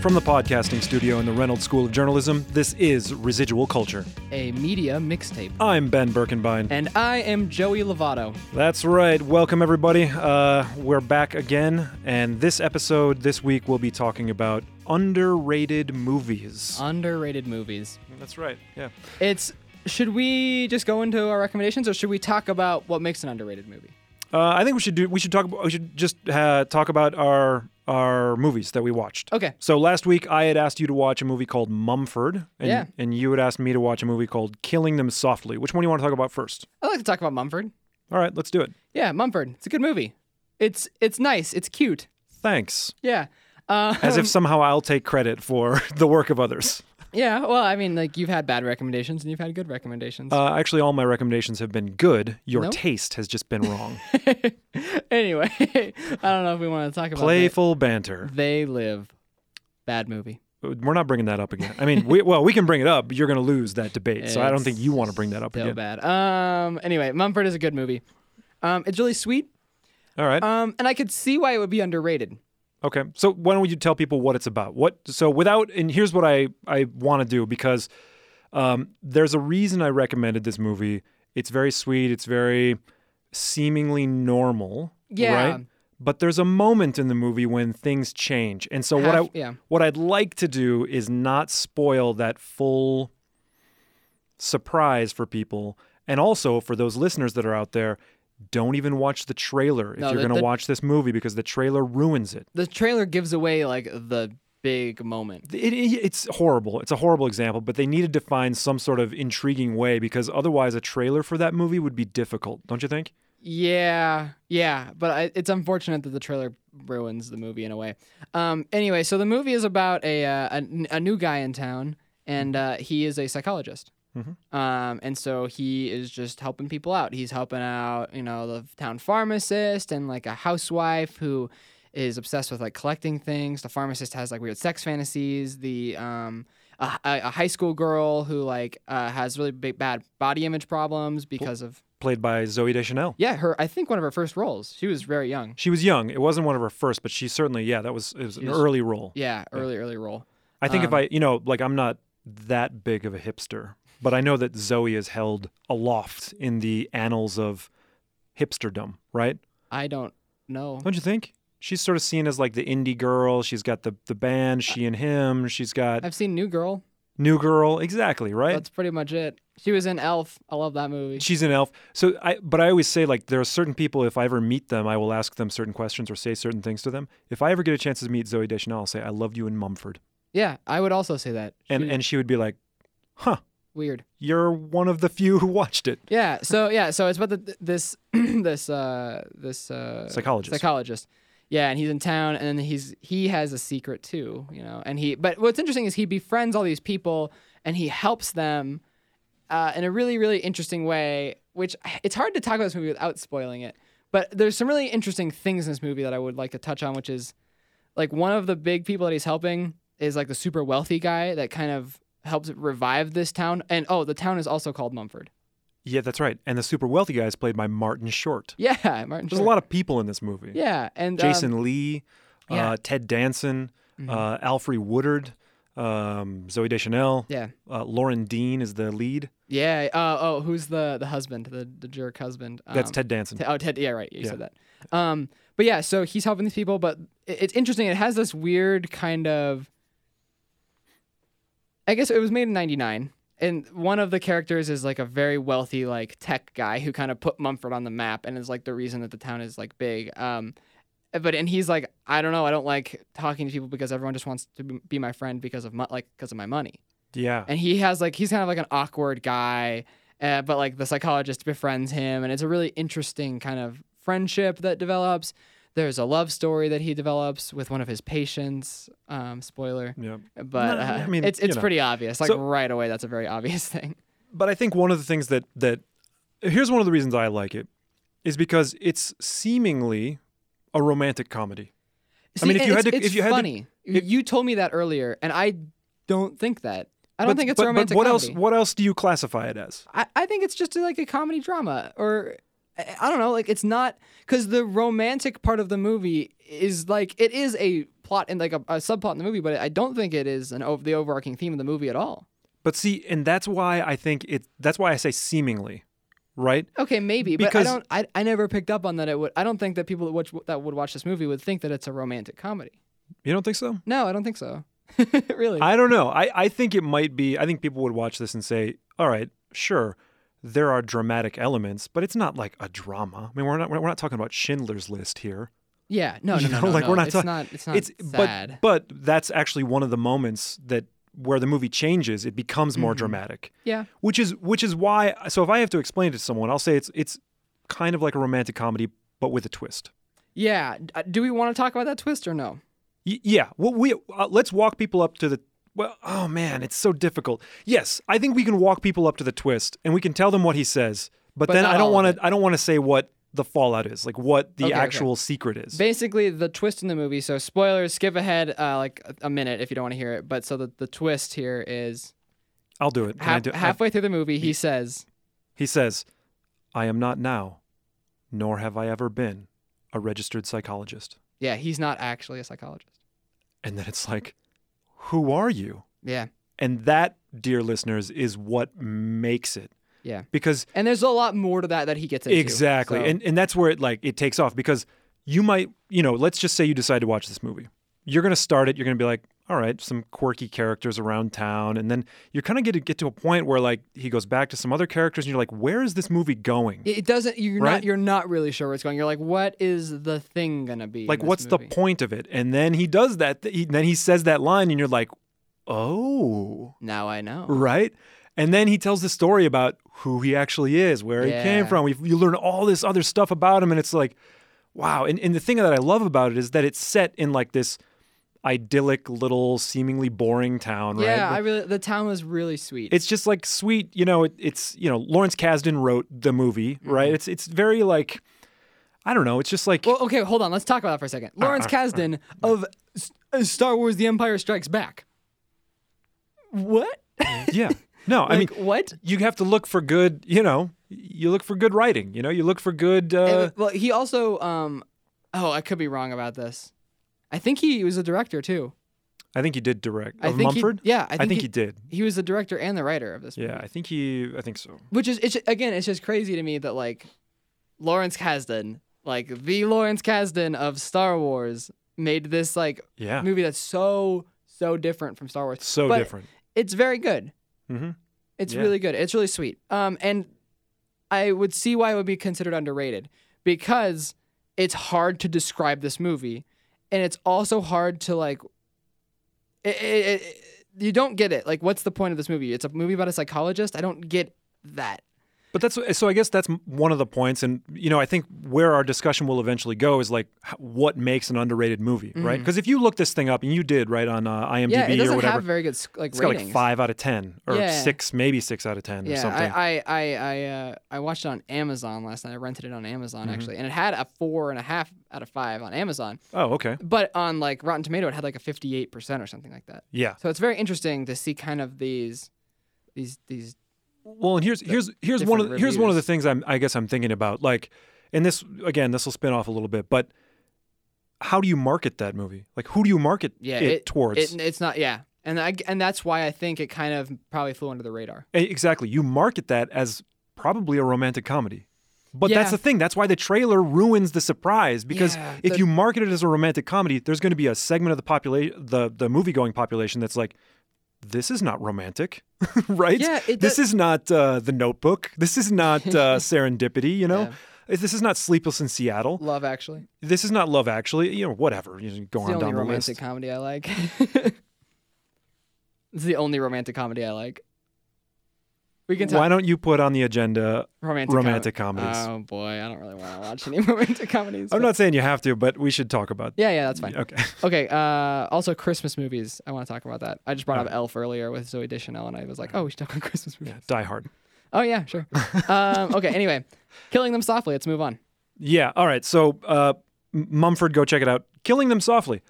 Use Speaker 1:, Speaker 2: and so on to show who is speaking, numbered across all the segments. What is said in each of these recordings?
Speaker 1: From the podcasting studio in the Reynolds School of Journalism, this is Residual Culture.
Speaker 2: a media mixtape.
Speaker 1: I'm Ben Birkenbein.
Speaker 2: And I am Joey Lovato.
Speaker 1: That's right. Welcome, everybody. Uh, we're back again. And this episode, this week, we'll be talking about underrated movies.
Speaker 2: Underrated movies.
Speaker 1: That's right. Yeah.
Speaker 2: It's should we just go into our recommendations or should we talk about what makes an underrated movie?
Speaker 1: Uh, I think we should do. We should talk. We should just uh, talk about our our movies that we watched.
Speaker 2: Okay.
Speaker 1: So last week I had asked you to watch a movie called Mumford, and,
Speaker 2: Yeah.
Speaker 1: and you had asked me to watch a movie called Killing Them Softly. Which one do you want to talk about first?
Speaker 2: I like to talk about Mumford.
Speaker 1: All right, let's do it.
Speaker 2: Yeah, Mumford. It's a good movie. It's it's nice. It's cute.
Speaker 1: Thanks.
Speaker 2: Yeah. Uh,
Speaker 1: As if somehow I'll take credit for the work of others.
Speaker 2: yeah. Well, I mean, like you've had bad recommendations and you've had good recommendations.
Speaker 1: Uh, actually, all my recommendations have been good. Your
Speaker 2: No?
Speaker 1: taste has just been wrong.
Speaker 2: anyway, I don't know if we want to talk about it.
Speaker 1: Playful banter.
Speaker 2: They Live. Bad movie.
Speaker 1: We're not bringing that up again. I mean, we, well, we can bring it up. but You're going to lose that debate, so I don't think you want to bring that up
Speaker 2: So
Speaker 1: again.
Speaker 2: bad. Um. Anyway, Mumford is a good movie. Um. It's really sweet.
Speaker 1: All right.
Speaker 2: Um, and I could see why it would be underrated.
Speaker 1: Okay. So why don't you tell people what it's about? What so without and here's what I I want to do because um, there's a reason I recommended this movie. It's very sweet. It's very seemingly normal.
Speaker 2: Yeah.
Speaker 1: Right? But there's a moment in the movie when things change, and so what I
Speaker 2: Half- yeah.
Speaker 1: what I'd like to do is not spoil that full surprise for people, and also for those listeners that are out there. Don't even watch the trailer if
Speaker 2: No,
Speaker 1: you're
Speaker 2: the-
Speaker 1: going to
Speaker 2: the-
Speaker 1: watch this movie because the trailer ruins it.
Speaker 2: The trailer gives away like the big moment.
Speaker 1: it, it- it's horrible. It's a horrible example, but they needed to find some sort of intriguing way because otherwise a trailer for that movie would be difficult, don't you think?
Speaker 2: Yeah, yeah, but I, it's unfortunate that the trailer ruins the movie in a way. Um, anyway, so the movie is about a uh, a, a new guy in town, and uh, he is a psychologist.
Speaker 1: Mhm.
Speaker 2: Um, and so he is just helping people out. He's helping out, you know, the town pharmacist and like a housewife who is obsessed with like collecting things. The pharmacist has like weird sex fantasies. The um, a, a a high school girl who like uh, has really big bad body image problems because of
Speaker 1: Played by Zoe Deschanel.
Speaker 2: yeah, her. I think one of her first roles. She was very young.
Speaker 1: She was young. It wasn't one of her first, but she certainly, yeah, that was it was an
Speaker 2: Yes.
Speaker 1: early role.
Speaker 2: Yeah, early, early role.
Speaker 1: I think if
Speaker 2: Um,
Speaker 1: I, you know, like I'm not that big of a hipster, but I know that Zoe is held aloft in the annals of hipsterdom, right?
Speaker 2: I don't know.
Speaker 1: Don't you think? She's sort of seen as like the indie girl. She's got the the band, she and him. She's got
Speaker 2: I've seen New Girl.
Speaker 1: New Girl. Exactly, right?
Speaker 2: That's pretty much it. She was in Elf. I love that movie.
Speaker 1: She's an elf. So I but I always say like there are certain people if I ever meet them, I will ask them certain questions or say certain things to them. If I ever get a chance to meet Zoe Deschanel, I'll say, I loved you in Mumford.
Speaker 2: Yeah, I would also say that.
Speaker 1: And
Speaker 2: She-
Speaker 1: and she would be like, Huh,
Speaker 2: weird.
Speaker 1: you're one of the few who watched it.
Speaker 2: Yeah. So yeah. So it's about the, this this uh this uh
Speaker 1: Psychologist.
Speaker 2: psychologist. Yeah, and he's in town, and then he's he has a secret too, you know. And he, but what's interesting is he befriends all these people, and he helps them uh, in a really, really interesting way. Which it's hard to talk about this movie without spoiling it. But there's some really interesting things in this movie that I would like to touch on, which is like one of the big people that he's helping is like the super wealthy guy that kind of helps revive this town. And oh, the town is also called Mumford.
Speaker 1: Yeah, that's right. And the super wealthy guy is played by Martin Short.
Speaker 2: Yeah, Martin.
Speaker 1: There's
Speaker 2: Short.
Speaker 1: a lot of people in this movie.
Speaker 2: Yeah, and um,
Speaker 1: Jason Lee,
Speaker 2: yeah. Mm-hmm.
Speaker 1: uh, Ted Danson, uh, Alfred Woodard, um, Zoe Deschanel,
Speaker 2: yeah,
Speaker 1: uh, Lauren Dean is the lead.
Speaker 2: yeah. Uh, oh, who's the the husband, the the jerk husband? Um,
Speaker 1: That's Ted Danson.
Speaker 2: Te- oh, Ted. Yeah, right. You
Speaker 1: Yeah.
Speaker 2: said that. Um, but yeah, so he's helping these people, but it- it's interesting. It has this weird kind of. I guess it was made in '99, and one of the characters is like a very wealthy like tech guy who kind of put Mumford on the map and is like the reason that the town is like big. Um, but and he's like, I don't know, I don't like talking to people because everyone just wants to be- be my friend because of mo- like because of my money
Speaker 1: yeah.
Speaker 2: and he has like he's kind of like an awkward guy uh, but like the psychologist befriends him and it's a really interesting kind of friendship that develops there's a love story that he develops with one of his patients um, spoiler
Speaker 1: yeah.
Speaker 2: but
Speaker 1: No,
Speaker 2: uh,
Speaker 1: I mean,
Speaker 2: it's
Speaker 1: you
Speaker 2: it's
Speaker 1: know.
Speaker 2: pretty obvious like
Speaker 1: So-
Speaker 2: right away that's a very obvious thing
Speaker 1: but I think one of the things that that here's one of the reasons I like it is because it's seemingly a romantic comedy. I mean,
Speaker 2: See,
Speaker 1: if you
Speaker 2: and
Speaker 1: had
Speaker 2: it's-
Speaker 1: to-
Speaker 2: it's
Speaker 1: if you had to-
Speaker 2: funny
Speaker 1: if-
Speaker 2: you told me that earlier and i don't think that i don't
Speaker 1: but,
Speaker 2: think it's
Speaker 1: but,
Speaker 2: a romantic
Speaker 1: But what
Speaker 2: comedy.
Speaker 1: else? What else do you classify it as?
Speaker 2: I, I think it's just like a comedy drama or I I don't know, like it's not because the romantic part of the movie is like it is a plot in like a, a subplot in the movie, but I don't think it is an over the overarching theme of the movie at all.
Speaker 1: But see, and that's why I think it. That's why I say seemingly, right?
Speaker 2: Okay, maybe,
Speaker 1: Because-
Speaker 2: but I don't. I, I never picked up on that. It would. I don't think that people that, watch, that would watch this movie would think that it's a romantic comedy.
Speaker 1: You don't think so?
Speaker 2: No, I don't think so. really.
Speaker 1: I don't know. I, I think it might be. I think people would watch this and say, "All right, sure, there are dramatic elements, but it's not like a drama. I mean, we're not we're not talking about Schindler's List here.
Speaker 2: yeah. No. No.
Speaker 1: you
Speaker 2: no,
Speaker 1: know,
Speaker 2: no,
Speaker 1: like,
Speaker 2: no.
Speaker 1: we're not
Speaker 2: It's
Speaker 1: talking-
Speaker 2: not. It's not
Speaker 1: it's
Speaker 2: sad.
Speaker 1: but but that's actually one of the moments that where the movie changes. It becomes more
Speaker 2: Mm-hmm.
Speaker 1: dramatic,
Speaker 2: yeah.
Speaker 1: which is which is why. So if I have to explain it to someone, I'll say it's it's kind of like a romantic comedy, but with a twist.
Speaker 2: Yeah. D- uh, Do we want to talk about that twist or no?
Speaker 1: Y- yeah. Well, we uh, let's walk people up to the. Well, oh man, it's so difficult. Yes, I think we can walk people up to the twist, and we can tell them what he says. But,
Speaker 2: But
Speaker 1: then
Speaker 2: not
Speaker 1: I don't
Speaker 2: all of
Speaker 1: want to. I don't want to say what the fallout is, like what the
Speaker 2: Okay, okay.
Speaker 1: actual secret is.
Speaker 2: Basically, the twist in the movie. So spoilers. Skip ahead uh, like a- a minute if you don't want to hear it. But so the the twist here is
Speaker 1: I'll do it. Can I
Speaker 2: half,
Speaker 1: do- uh, I-
Speaker 2: halfway through the movie he says.
Speaker 1: he says, "I am not now, nor have I ever been, a registered psychologist."
Speaker 2: Yeah, he's not actually a psychologist.
Speaker 1: And then it's like, "Who are you?"
Speaker 2: Yeah,
Speaker 1: And that, dear listeners, is what makes it.
Speaker 2: yeah.
Speaker 1: Because
Speaker 2: And there's a lot more to that that he gets into.
Speaker 1: exactly
Speaker 2: so-
Speaker 1: and and that's where it like it takes off because you might you know let's just say you decide to watch this movie you're going to start it you're going to be like all right some quirky characters around town and then you're kind of get to get to a point where like he goes back to some other characters and you're like where is this movie going
Speaker 2: it it doesn't. You're
Speaker 1: Right?
Speaker 2: not. You're not really sure where it's going. You're like, what is the thing gonna be? in
Speaker 1: like
Speaker 2: this
Speaker 1: what's
Speaker 2: movie?
Speaker 1: the point of it and then he does that th- he, then he says that line and you're like oh
Speaker 2: Now I know.
Speaker 1: right? And then he tells the story about who he actually is, where he came
Speaker 2: Yeah.
Speaker 1: from. We've, you learn all this other stuff about him, and it's like, wow. And, and the thing that I love about it is that it's set in like this idyllic little, seemingly boring town,
Speaker 2: Yeah,
Speaker 1: right?
Speaker 2: I really. The town was really sweet.
Speaker 1: it's just like sweet, you know. It, it's you know, Lawrence Kasdan wrote the movie, right? It's it's very like, I don't know. It's just like
Speaker 2: Mm-hmm. Well, okay, hold on. Let's talk about that for a second.
Speaker 1: Uh,
Speaker 2: Lawrence Kasdan of S- uh, Star Wars: The Empire Strikes Back. What?
Speaker 1: yeah. No, I mean,
Speaker 2: Like, what?
Speaker 1: you have to look for good, you know. You look for good writing, you know. You look for good. Uh,
Speaker 2: Uh, well, he also. Um, oh, I could be wrong about this. I think he was a director too.
Speaker 1: I think he did direct.
Speaker 2: I
Speaker 1: Of
Speaker 2: think he-
Speaker 1: Mumford.
Speaker 2: yeah, I think
Speaker 1: think
Speaker 2: he-
Speaker 1: he did.
Speaker 2: He was the director and the writer of this. movie.
Speaker 1: Yeah, I think he. I think so.
Speaker 2: Which is, it's again, it's just crazy to me that like Lawrence Kasdan, like the Lawrence Kasdan of Star Wars, made this like
Speaker 1: Yeah,
Speaker 2: movie that's so so different from Star Wars.
Speaker 1: so
Speaker 2: But
Speaker 1: different.
Speaker 2: It's very good.
Speaker 1: Mm-hmm.
Speaker 2: It's
Speaker 1: Yeah.
Speaker 2: really good. It's really sweet. Um, and I would see why it would be considered underrated because it's hard to describe this movie, and it's also hard to like. i i i you don't get it. Like, what's the point of this movie? It's a movie about a psychologist. I don't get that.
Speaker 1: But that's so. I guess that's m- one of the points, and you know, I think where our discussion will eventually go is like h- what makes an underrated movie, right? Because if you look this thing up, and you did right on uh, IMDb
Speaker 2: Mm-hmm. yeah, it doesn't
Speaker 1: or whatever,
Speaker 2: have very good sc- like
Speaker 1: it's got
Speaker 2: ratings.
Speaker 1: like five out of ten, or
Speaker 2: Yeah.
Speaker 1: six, maybe six out of ten, or
Speaker 2: yeah,
Speaker 1: something.
Speaker 2: I I I I, uh, I watched it on Amazon last night. I rented it on Amazon
Speaker 1: Mm-hmm.
Speaker 2: actually, and it had a four and a half out of five on Amazon.
Speaker 1: oh, okay.
Speaker 2: But on like Rotten Tomato, it had like a fifty-eight percent or something like that.
Speaker 1: Yeah.
Speaker 2: So it's very interesting to see kind of these, these these.
Speaker 1: Well, and here's here's here's one of
Speaker 2: different
Speaker 1: here's one of the
Speaker 2: reviews.
Speaker 1: things I'm I guess I'm thinking about. Like, and this again, this will spin off a little bit, but how do you market that movie? Like, who do you market
Speaker 2: Yeah,
Speaker 1: it,
Speaker 2: it-
Speaker 1: towards?
Speaker 2: It, it's not yeah, and I and that's why I think it kind of probably flew under the radar.
Speaker 1: E- Exactly. You market that as probably a romantic comedy. But that's
Speaker 2: Yeah.
Speaker 1: the thing. That's why the trailer ruins the surprise because
Speaker 2: Yeah,
Speaker 1: if
Speaker 2: the-
Speaker 1: you market it as a romantic comedy, there's going to be a segment of the population the the movie-going population that's like this is not romantic, right?
Speaker 2: Yeah, it
Speaker 1: this
Speaker 2: do-
Speaker 1: is not uh, The Notebook. This is not uh, Serendipity, you know? This is not Sleepless in Seattle.
Speaker 2: Love Actually, it's
Speaker 1: This is not Love Actually, you know, whatever. You go
Speaker 2: the
Speaker 1: on
Speaker 2: only
Speaker 1: down the
Speaker 2: romantic
Speaker 1: list.
Speaker 2: comedy I like. it's the only romantic comedy I like. We can talk
Speaker 1: Why don't you put on the agenda
Speaker 2: romantic
Speaker 1: romantic
Speaker 2: com-
Speaker 1: comedies?
Speaker 2: Oh boy, I don't really want to watch any romantic comedies.
Speaker 1: I'm
Speaker 2: but-
Speaker 1: not saying you have to, but we should talk about
Speaker 2: Yeah, yeah, that's fine.
Speaker 1: Okay.
Speaker 2: Okay. Uh, also, Christmas movies. I want to talk about that. I just brought
Speaker 1: Oh.
Speaker 2: up Elf earlier with Zoe Deschanel, and I was like, oh, we should talk about Christmas movies.
Speaker 1: Die Hard.
Speaker 2: Oh yeah, sure. um, okay. Anyway, killing them softly. Let's move on.
Speaker 1: Yeah. All right. So uh, M- Mumford, go check it out. Killing them softly.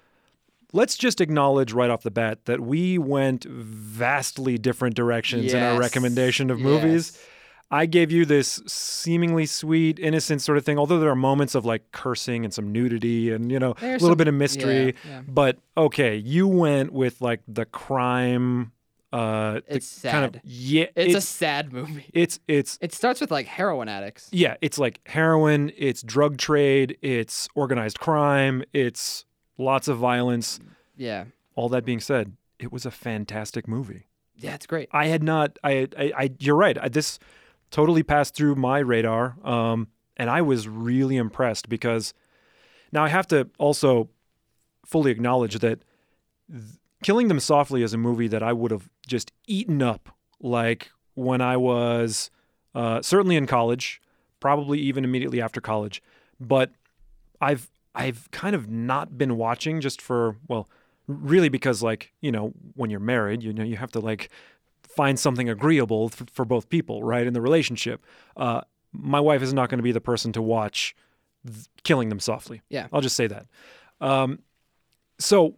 Speaker 1: Let's just acknowledge right off the bat that we went vastly different directions in our
Speaker 2: Yes.
Speaker 1: recommendation of
Speaker 2: Yes.
Speaker 1: movies. I gave you this seemingly sweet, innocent sort of thing, although there are moments of like cursing and some nudity and, you know, a
Speaker 2: There's
Speaker 1: little
Speaker 2: some-
Speaker 1: bit of mystery.
Speaker 2: yeah, yeah.
Speaker 1: But okay, you went with like the crime. Uh, the
Speaker 2: It's
Speaker 1: kind of
Speaker 2: sad.
Speaker 1: yeah,
Speaker 2: It's, a
Speaker 1: it's
Speaker 2: sad movie.
Speaker 1: it's it's
Speaker 2: It starts with like heroin addicts.
Speaker 1: yeah, it's like heroin, it's drug trade, it's organized crime, it's lots of violence.
Speaker 2: Yeah.
Speaker 1: All that being said, it was a fantastic movie.
Speaker 2: Yeah, it's great.
Speaker 1: I had not. I. I. I you're right. I, this totally passed through my radar, um, and I was really impressed because now I have to also fully acknowledge that th- Killing Them Softly is a movie that I would have just eaten up like when I was uh, certainly in college, probably even immediately after college. But I've I've kind of not been watching just for well, really because like you know when you're married, you know you have to like find something agreeable for, for both people, right? In the relationship, uh, my wife is not going to be the person to watch th- Killing Them Softly.
Speaker 2: Yeah.
Speaker 1: I'll just say that. Um, so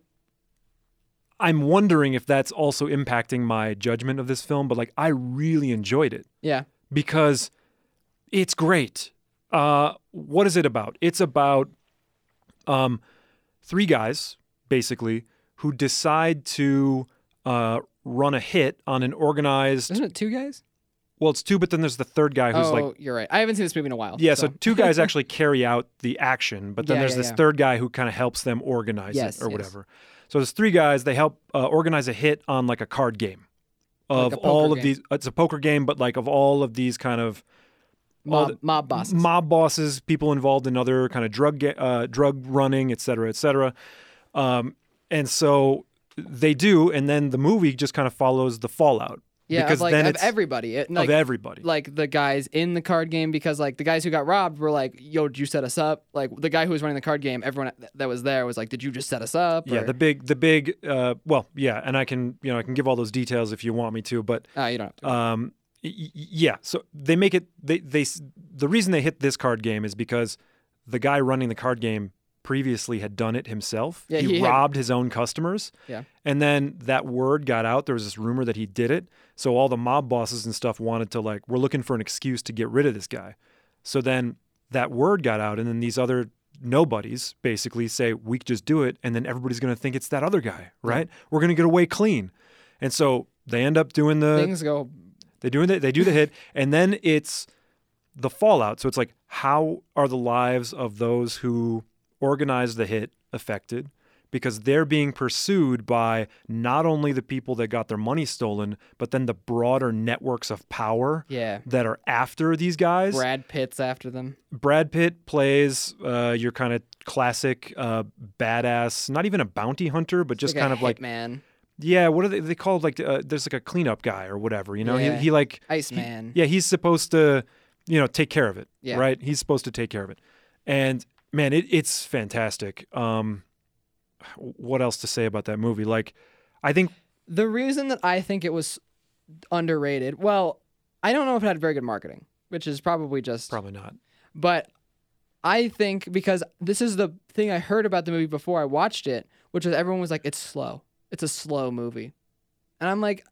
Speaker 1: I'm wondering if that's also impacting my judgment of this film, but like I really enjoyed it
Speaker 2: Yeah.
Speaker 1: because it's great. Uh, what is it about? It's about um, three guys, basically, who decide to uh, run a hit on an organized.
Speaker 2: Isn't it two guys?
Speaker 1: Well, it's two, but then there's the third guy who's
Speaker 2: Oh,
Speaker 1: like.
Speaker 2: you're right. I haven't seen this movie in a while.
Speaker 1: Yeah, so two guys actually carry out the action, but then
Speaker 2: Yeah,
Speaker 1: there's
Speaker 2: yeah,
Speaker 1: this
Speaker 2: yeah.
Speaker 1: third guy who kind of helps them organize
Speaker 2: Yes,
Speaker 1: it or
Speaker 2: yes.
Speaker 1: whatever. So there's three guys. They help uh, organize a hit on like a card game of
Speaker 2: a poker
Speaker 1: all of
Speaker 2: game.
Speaker 1: these. It's a poker game, but like of all of these kind of all
Speaker 2: mob, mob bosses.
Speaker 1: mob bosses, people involved in other kind of drug ga- uh, drug running, et cetera, et cetera. Um, and so they do, and then the movie just kind of follows the fallout
Speaker 2: yeah,
Speaker 1: because
Speaker 2: of like
Speaker 1: then
Speaker 2: of
Speaker 1: it's
Speaker 2: everybody. It,
Speaker 1: of
Speaker 2: like,
Speaker 1: everybody.
Speaker 2: like the guys in the card game because like the guys who got robbed were like, "Yo, did you set us up?" Like the guy who was running the card game, everyone th- that was there was like, "Did you just set us up?"
Speaker 1: yeah,
Speaker 2: or-
Speaker 1: the big, the big. Uh, well, yeah, and I can, you know, I can give all those details if you want me to, but
Speaker 2: Ah, you don't. Have to.
Speaker 1: um, y- y- yeah. So they make it. They they s- the reason they hit this card game is because the guy running the card game previously had done it himself.
Speaker 2: Yeah,
Speaker 1: he
Speaker 2: he had-
Speaker 1: robbed his own customers.
Speaker 2: Yeah.
Speaker 1: And then that word got out. There was this rumor that he did it. So all the mob bosses and stuff wanted to like, we're looking for an excuse to get rid of this guy. So then that word got out, and then these other nobodies basically say, we could just do it, and then everybody's gonna think it's that other guy, right? We're gonna get away clean. And so they end up doing the
Speaker 2: Things go.
Speaker 1: they do the, they do the hit, and then it's the fallout. So it's like, how are the lives of those who organized the hit affected? Because they're being pursued by not only the people that got their money stolen, but then the broader networks of power
Speaker 2: Yeah.
Speaker 1: that are after these guys.
Speaker 2: Brad Pitt's after them.
Speaker 1: Brad Pitt plays uh, your kind of classic uh, badass, not even a bounty hunter, but just kind of like,
Speaker 2: man,
Speaker 1: yeah, what are they, they called? Like, uh, there's like a cleanup guy or whatever, you know?
Speaker 2: Yeah.
Speaker 1: He, he like
Speaker 2: Iceman.
Speaker 1: yeah, he's supposed to, you know, take care of it,
Speaker 2: Yeah.
Speaker 1: right? He's supposed to take care of it. And man, it, it's fantastic. Um, what else to say about that movie? Like, I think
Speaker 2: The reason that I think it was underrated, well, I don't know if it had very good marketing, which is probably just
Speaker 1: probably not.
Speaker 2: but I think because this is the thing I heard about the movie before I watched it, which was everyone was like, it's slow. It's a slow movie. And I'm like,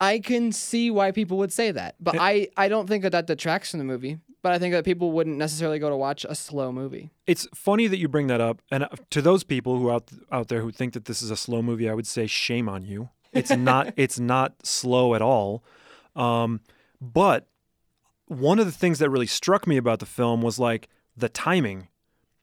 Speaker 2: I can see why people would say that. But
Speaker 1: It-
Speaker 2: I, I don't think that that detracts from the movie. But I think that people wouldn't necessarily go to watch a slow movie.
Speaker 1: It's funny that you bring that up. And uh, to those people who out out there who think that this is a slow movie, I would say shame on you. It's not. it's not slow at all. Um, but one of the things that really struck me about the film was like the timing,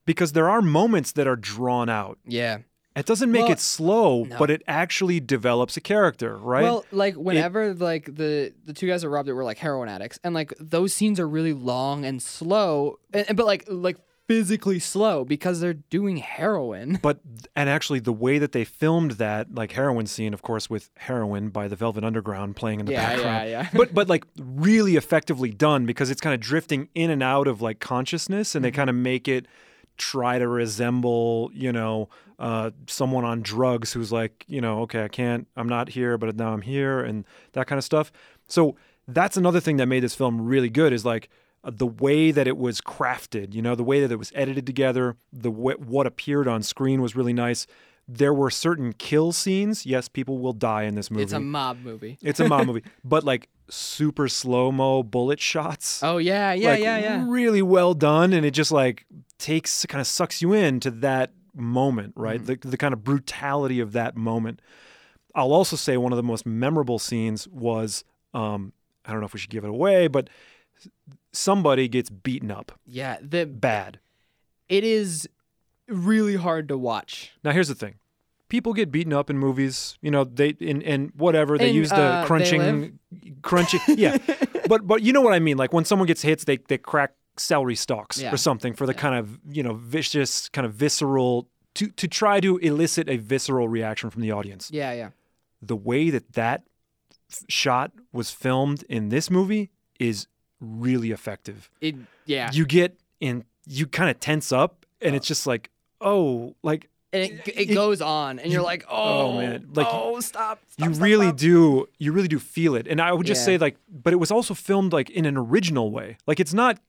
Speaker 1: because there are moments that are drawn out.
Speaker 2: Yeah.
Speaker 1: It doesn't make
Speaker 2: Well,
Speaker 1: it slow,
Speaker 2: no.
Speaker 1: but it actually develops a character, right?
Speaker 2: Well, like whenever like the the two guys that robbed it were like heroin addicts, and like those scenes are really long and slow, and, and- but like like physically slow because they're doing heroin.
Speaker 1: but and actually the way that they filmed that like heroin scene of course with heroin by the Velvet Underground playing in the
Speaker 2: Yeah, yeah,
Speaker 1: background.
Speaker 2: yeah.
Speaker 1: but but like really effectively done because it's kind of drifting in and out of like consciousness and they
Speaker 2: Mm-hmm.
Speaker 1: kind of make it try to resemble, you know, uh, someone on drugs who's like, you know, okay, I can't, I'm not here, but now I'm here and that kind of stuff. So that's another thing that made this film really good is like uh, the way that it was crafted, you know, the way that it was edited together, the way, what appeared on screen was really nice. There were certain kill scenes. Yes, people will die in this movie.
Speaker 2: It's a mob movie.
Speaker 1: It's a mob movie, but like super slow mo bullet shots.
Speaker 2: Oh yeah, yeah,
Speaker 1: like,
Speaker 2: yeah, yeah.
Speaker 1: Really well done, and it just like takes kind of sucks you into that moment, right?
Speaker 2: Mm-hmm.
Speaker 1: The the kind of brutality of that moment. I'll also say one of the most memorable scenes was um, I don't know if we should give it away, but somebody gets beaten up
Speaker 2: Yeah, the
Speaker 1: bad.
Speaker 2: it is really hard to watch.
Speaker 1: Now here's the thing. People get beaten up in movies, you know, they in and whatever, they
Speaker 2: In,
Speaker 1: use the
Speaker 2: uh, They
Speaker 1: crunching crunching yeah. but but you know what I mean? Like when someone gets hits, they they crack celery stalks
Speaker 2: Yeah.
Speaker 1: or something for the kind of, you know, vicious kind of visceral to to try to elicit a visceral reaction from the audience.
Speaker 2: Yeah, yeah.
Speaker 1: The way that that f- shot was filmed in this movie is really effective
Speaker 2: It yeah.
Speaker 1: you get in you kind of tense up and it's just like oh like
Speaker 2: and it, it
Speaker 1: it-
Speaker 2: goes on and you're like, "Oh,
Speaker 1: man.
Speaker 2: man.
Speaker 1: Like,
Speaker 2: oh, stop. stop,
Speaker 1: you
Speaker 2: stop,
Speaker 1: really
Speaker 2: stop."
Speaker 1: do you really do feel it and i would just
Speaker 2: Yeah.
Speaker 1: say like but it was also filmed like in an original way like it's not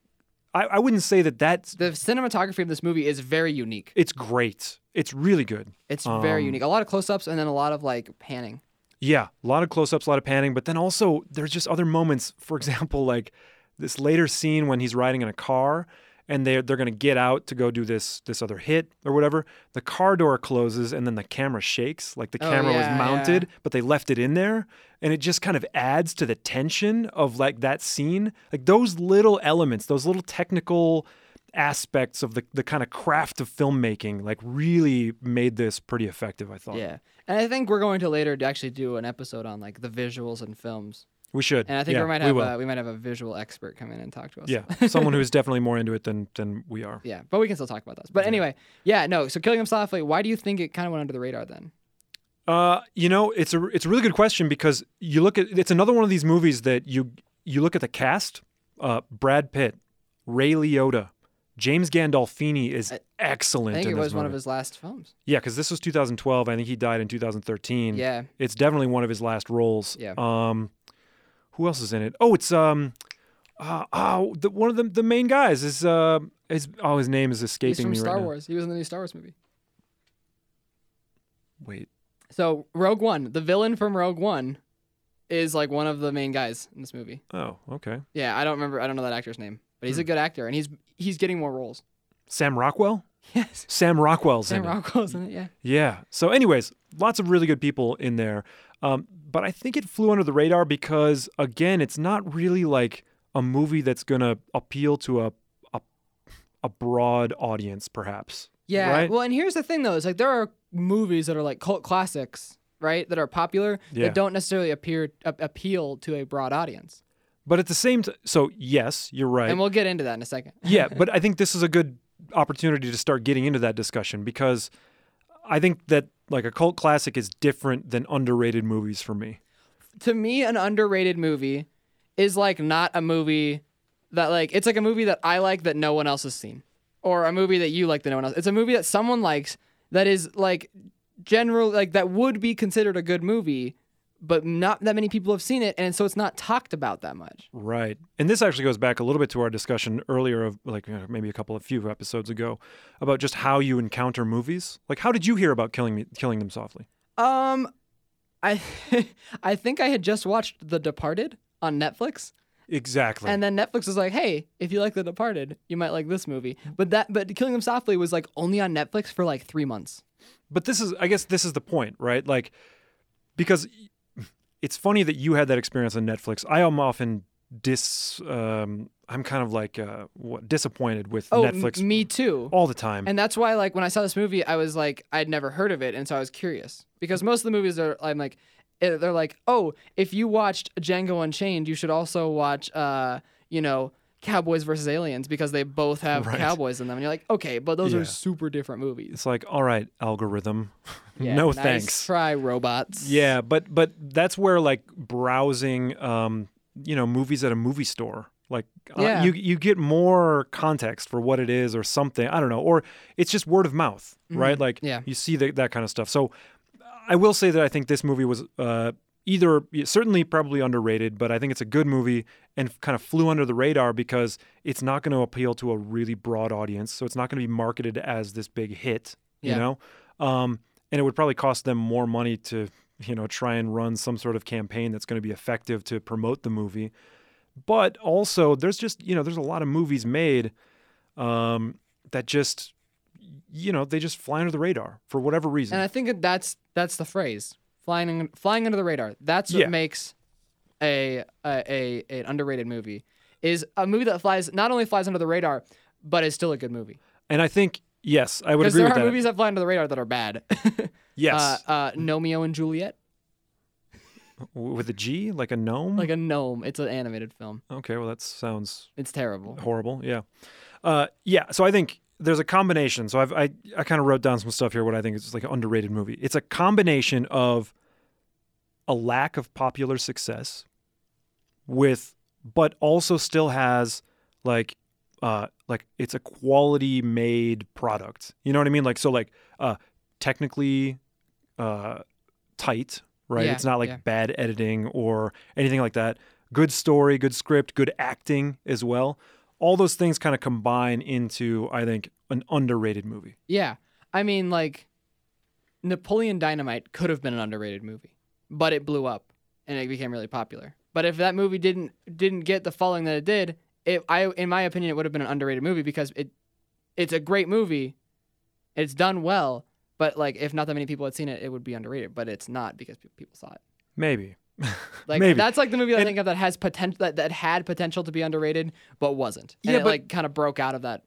Speaker 1: i, I wouldn't say that that's
Speaker 2: The cinematography of this movie is very unique.
Speaker 1: it's great it's really good
Speaker 2: It's very
Speaker 1: Um,
Speaker 2: unique. A lot of close-ups and then a lot of like panning.
Speaker 1: yeah a lot of close-ups a lot of panning but then also there's just other moments for example like this later scene when he's riding in a car and they're, they're going to get out to go do this this other hit or whatever the car door closes and then the camera shakes like the
Speaker 2: Oh,
Speaker 1: camera
Speaker 2: yeah,
Speaker 1: was mounted but they left it in there and it just kind of adds to the tension of like that scene like those little elements those little technical aspects of the, the kind of craft of filmmaking like really made this pretty effective i thought
Speaker 2: Yeah. And I think we're going to later to actually do an episode on like the visuals and films.
Speaker 1: we should
Speaker 2: And I think
Speaker 1: Yeah,
Speaker 2: we might
Speaker 1: we
Speaker 2: have
Speaker 1: will.
Speaker 2: a, we might have a visual expert come in and talk to us.
Speaker 1: Yeah, someone who is definitely more into it than than we are.
Speaker 2: Yeah, but we can still talk about those. But anyway, yeah, no. So killing him softly. Why do you think it kind of went under the radar then?
Speaker 1: Uh, you know, it's a it's a really good question because you look at it's another one of these movies that you you look at the cast, uh, Brad Pitt, Ray Liotta, James Gandolfini is
Speaker 2: I
Speaker 1: excellent.
Speaker 2: think
Speaker 1: in
Speaker 2: it
Speaker 1: this
Speaker 2: was one
Speaker 1: movie.
Speaker 2: of his last films.
Speaker 1: Yeah, because this was 2012. I think he died in 2013.
Speaker 2: Yeah,
Speaker 1: it's definitely one of his last roles.
Speaker 2: Yeah.
Speaker 1: Um, who else is in it? Oh, it's um, uh, oh, the, one of the the main guys is uh, his oh his name is
Speaker 2: he's
Speaker 1: escaping
Speaker 2: from
Speaker 1: me
Speaker 2: Star
Speaker 1: right
Speaker 2: Wars. He was in the new Star Wars movie.
Speaker 1: now. Wait,
Speaker 2: So Rogue One, the villain from Rogue One, is like one of the main guys in this movie.
Speaker 1: oh okay,
Speaker 2: Yeah, I don't remember. I don't know that actor's name, but
Speaker 1: Hmm.
Speaker 2: he's a good actor, and he's he's getting more roles.
Speaker 1: Sam Rockwell.
Speaker 2: Yes,
Speaker 1: Sam Rockwell's
Speaker 2: Sam
Speaker 1: in it.
Speaker 2: Rockwell's in it. Yeah,
Speaker 1: Yeah. So, anyways, lots of really good people in there. Um, but I think it flew under the radar because, again, it's not really like a movie that's going to appeal to a, a a broad audience, perhaps.
Speaker 2: yeah.
Speaker 1: Right?
Speaker 2: Well, and here's the thing though: is like there are movies that are like cult classics, right? That are popular
Speaker 1: Yeah.
Speaker 2: that don't necessarily appear a- appeal to a broad audience.
Speaker 1: But at the same time, so yes, you're right.
Speaker 2: And we'll get into that in a second.
Speaker 1: yeah, but I think this is a good opportunity to start getting into that discussion because I think that like a cult classic is different than underrated movies for me.
Speaker 2: to me an underrated movie is like not a movie that like it's like a movie that I like that no one else has seen or a movie that you like that no one else. It's a movie that someone likes that is like general like that would be considered a good movie but not that many people have seen it and so it's not talked about that much.
Speaker 1: Right. And this actually goes back a little bit to our discussion earlier of like you know, maybe a couple of few episodes ago about just how you encounter movies. Like how did you hear about killing me killing them softly?
Speaker 2: Um I I think I had just watched The Departed on Netflix
Speaker 1: Exactly.
Speaker 2: and then Netflix was like, "Hey, if you like The Departed, you might like this movie." But that but Killing Them Softly was like only on Netflix for like 3 months.
Speaker 1: but this is I guess this is the point, right? Like because it's funny that you had that experience on Netflix. I am often dis um I'm kind of like uh what disappointed with
Speaker 2: Oh,
Speaker 1: Netflix Oh.
Speaker 2: m- me too.
Speaker 1: all the time.
Speaker 2: And that's why, like, when I saw this movie, I was like, I'd never heard of it, and so I was curious because most of the movies are, I'm like, eh, they're like, oh, if you watched Django Unchained, you should also watch, uh, you know, Cowboys versus Aliens because they both have
Speaker 1: Right.
Speaker 2: cowboys in them, and you're like, okay, but those
Speaker 1: Yeah.
Speaker 2: are super different movies.
Speaker 1: it's like, all right, algorithm.
Speaker 2: Yeah,
Speaker 1: no
Speaker 2: nice
Speaker 1: thanks.
Speaker 2: Try robots.
Speaker 1: Yeah, but but that's where like browsing, um, you know, movies at a movie store. Like uh,
Speaker 2: Yeah.
Speaker 1: you you get more context for what it is or something. I don't know, or it's just word of mouth, right? Like
Speaker 2: Mm-hmm. Yeah.
Speaker 1: you see the, that kind of stuff. So I will say that I think this movie was uh, either certainly probably underrated, but I think it's a good movie and kind of flew under the radar because it's not going to appeal to a really broad audience. So it's not going to be marketed as this big hit, you
Speaker 2: Yeah.
Speaker 1: know? Um, and it would probably cost them more money to you know try and run some sort of campaign that's going to be effective to promote the movie but also there's just you know there's a lot of movies made um, that just you know they just fly under the radar for whatever reason
Speaker 2: And I think that that's that's the phrase flying un- flying under the radar. That's what
Speaker 1: Yeah.
Speaker 2: makes a, a a an underrated movie is a movie that flies not only flies under the radar but is still a good movie.
Speaker 1: and i think yes i would
Speaker 2: Because
Speaker 1: agree
Speaker 2: there
Speaker 1: with
Speaker 2: are
Speaker 1: that
Speaker 2: movies that fly under the radar that are bad.
Speaker 1: yes
Speaker 2: uh, uh, Nomeo and Juliet,
Speaker 1: W- with a g like a gnome
Speaker 2: like a gnome. It's an animated film.
Speaker 1: okay well that sounds
Speaker 2: It's terrible.
Speaker 1: horrible yeah uh, yeah so i think there's a combination so I've, i i kind of wrote down some stuff here what i think is just like an underrated movie it's a combination of a lack of popular success with but also still has like uh like it's a quality made product you know what i mean like so like uh technically uh tight right
Speaker 2: Yeah,
Speaker 1: it's not like
Speaker 2: yeah.
Speaker 1: bad editing or anything like that good story good script good acting as well all those things kind of combine into i think an underrated movie
Speaker 2: Yeah, I mean like Napoleon Dynamite could have been an underrated movie, but it blew up and it became really popular. But if that movie didn't didn't get the following that it did, it I in my opinion it would have been an underrated movie because it it's a great movie, it's done well, but like if not that many people had seen it, it would be underrated. But it's not because pe- people saw it.
Speaker 1: maybe
Speaker 2: Like
Speaker 1: Maybe.
Speaker 2: that's like the movie that I
Speaker 1: And-
Speaker 2: think of that has potential that, that had potential to be underrated but wasn't. And
Speaker 1: Yeah,
Speaker 2: it
Speaker 1: but-
Speaker 2: like kind of broke out of that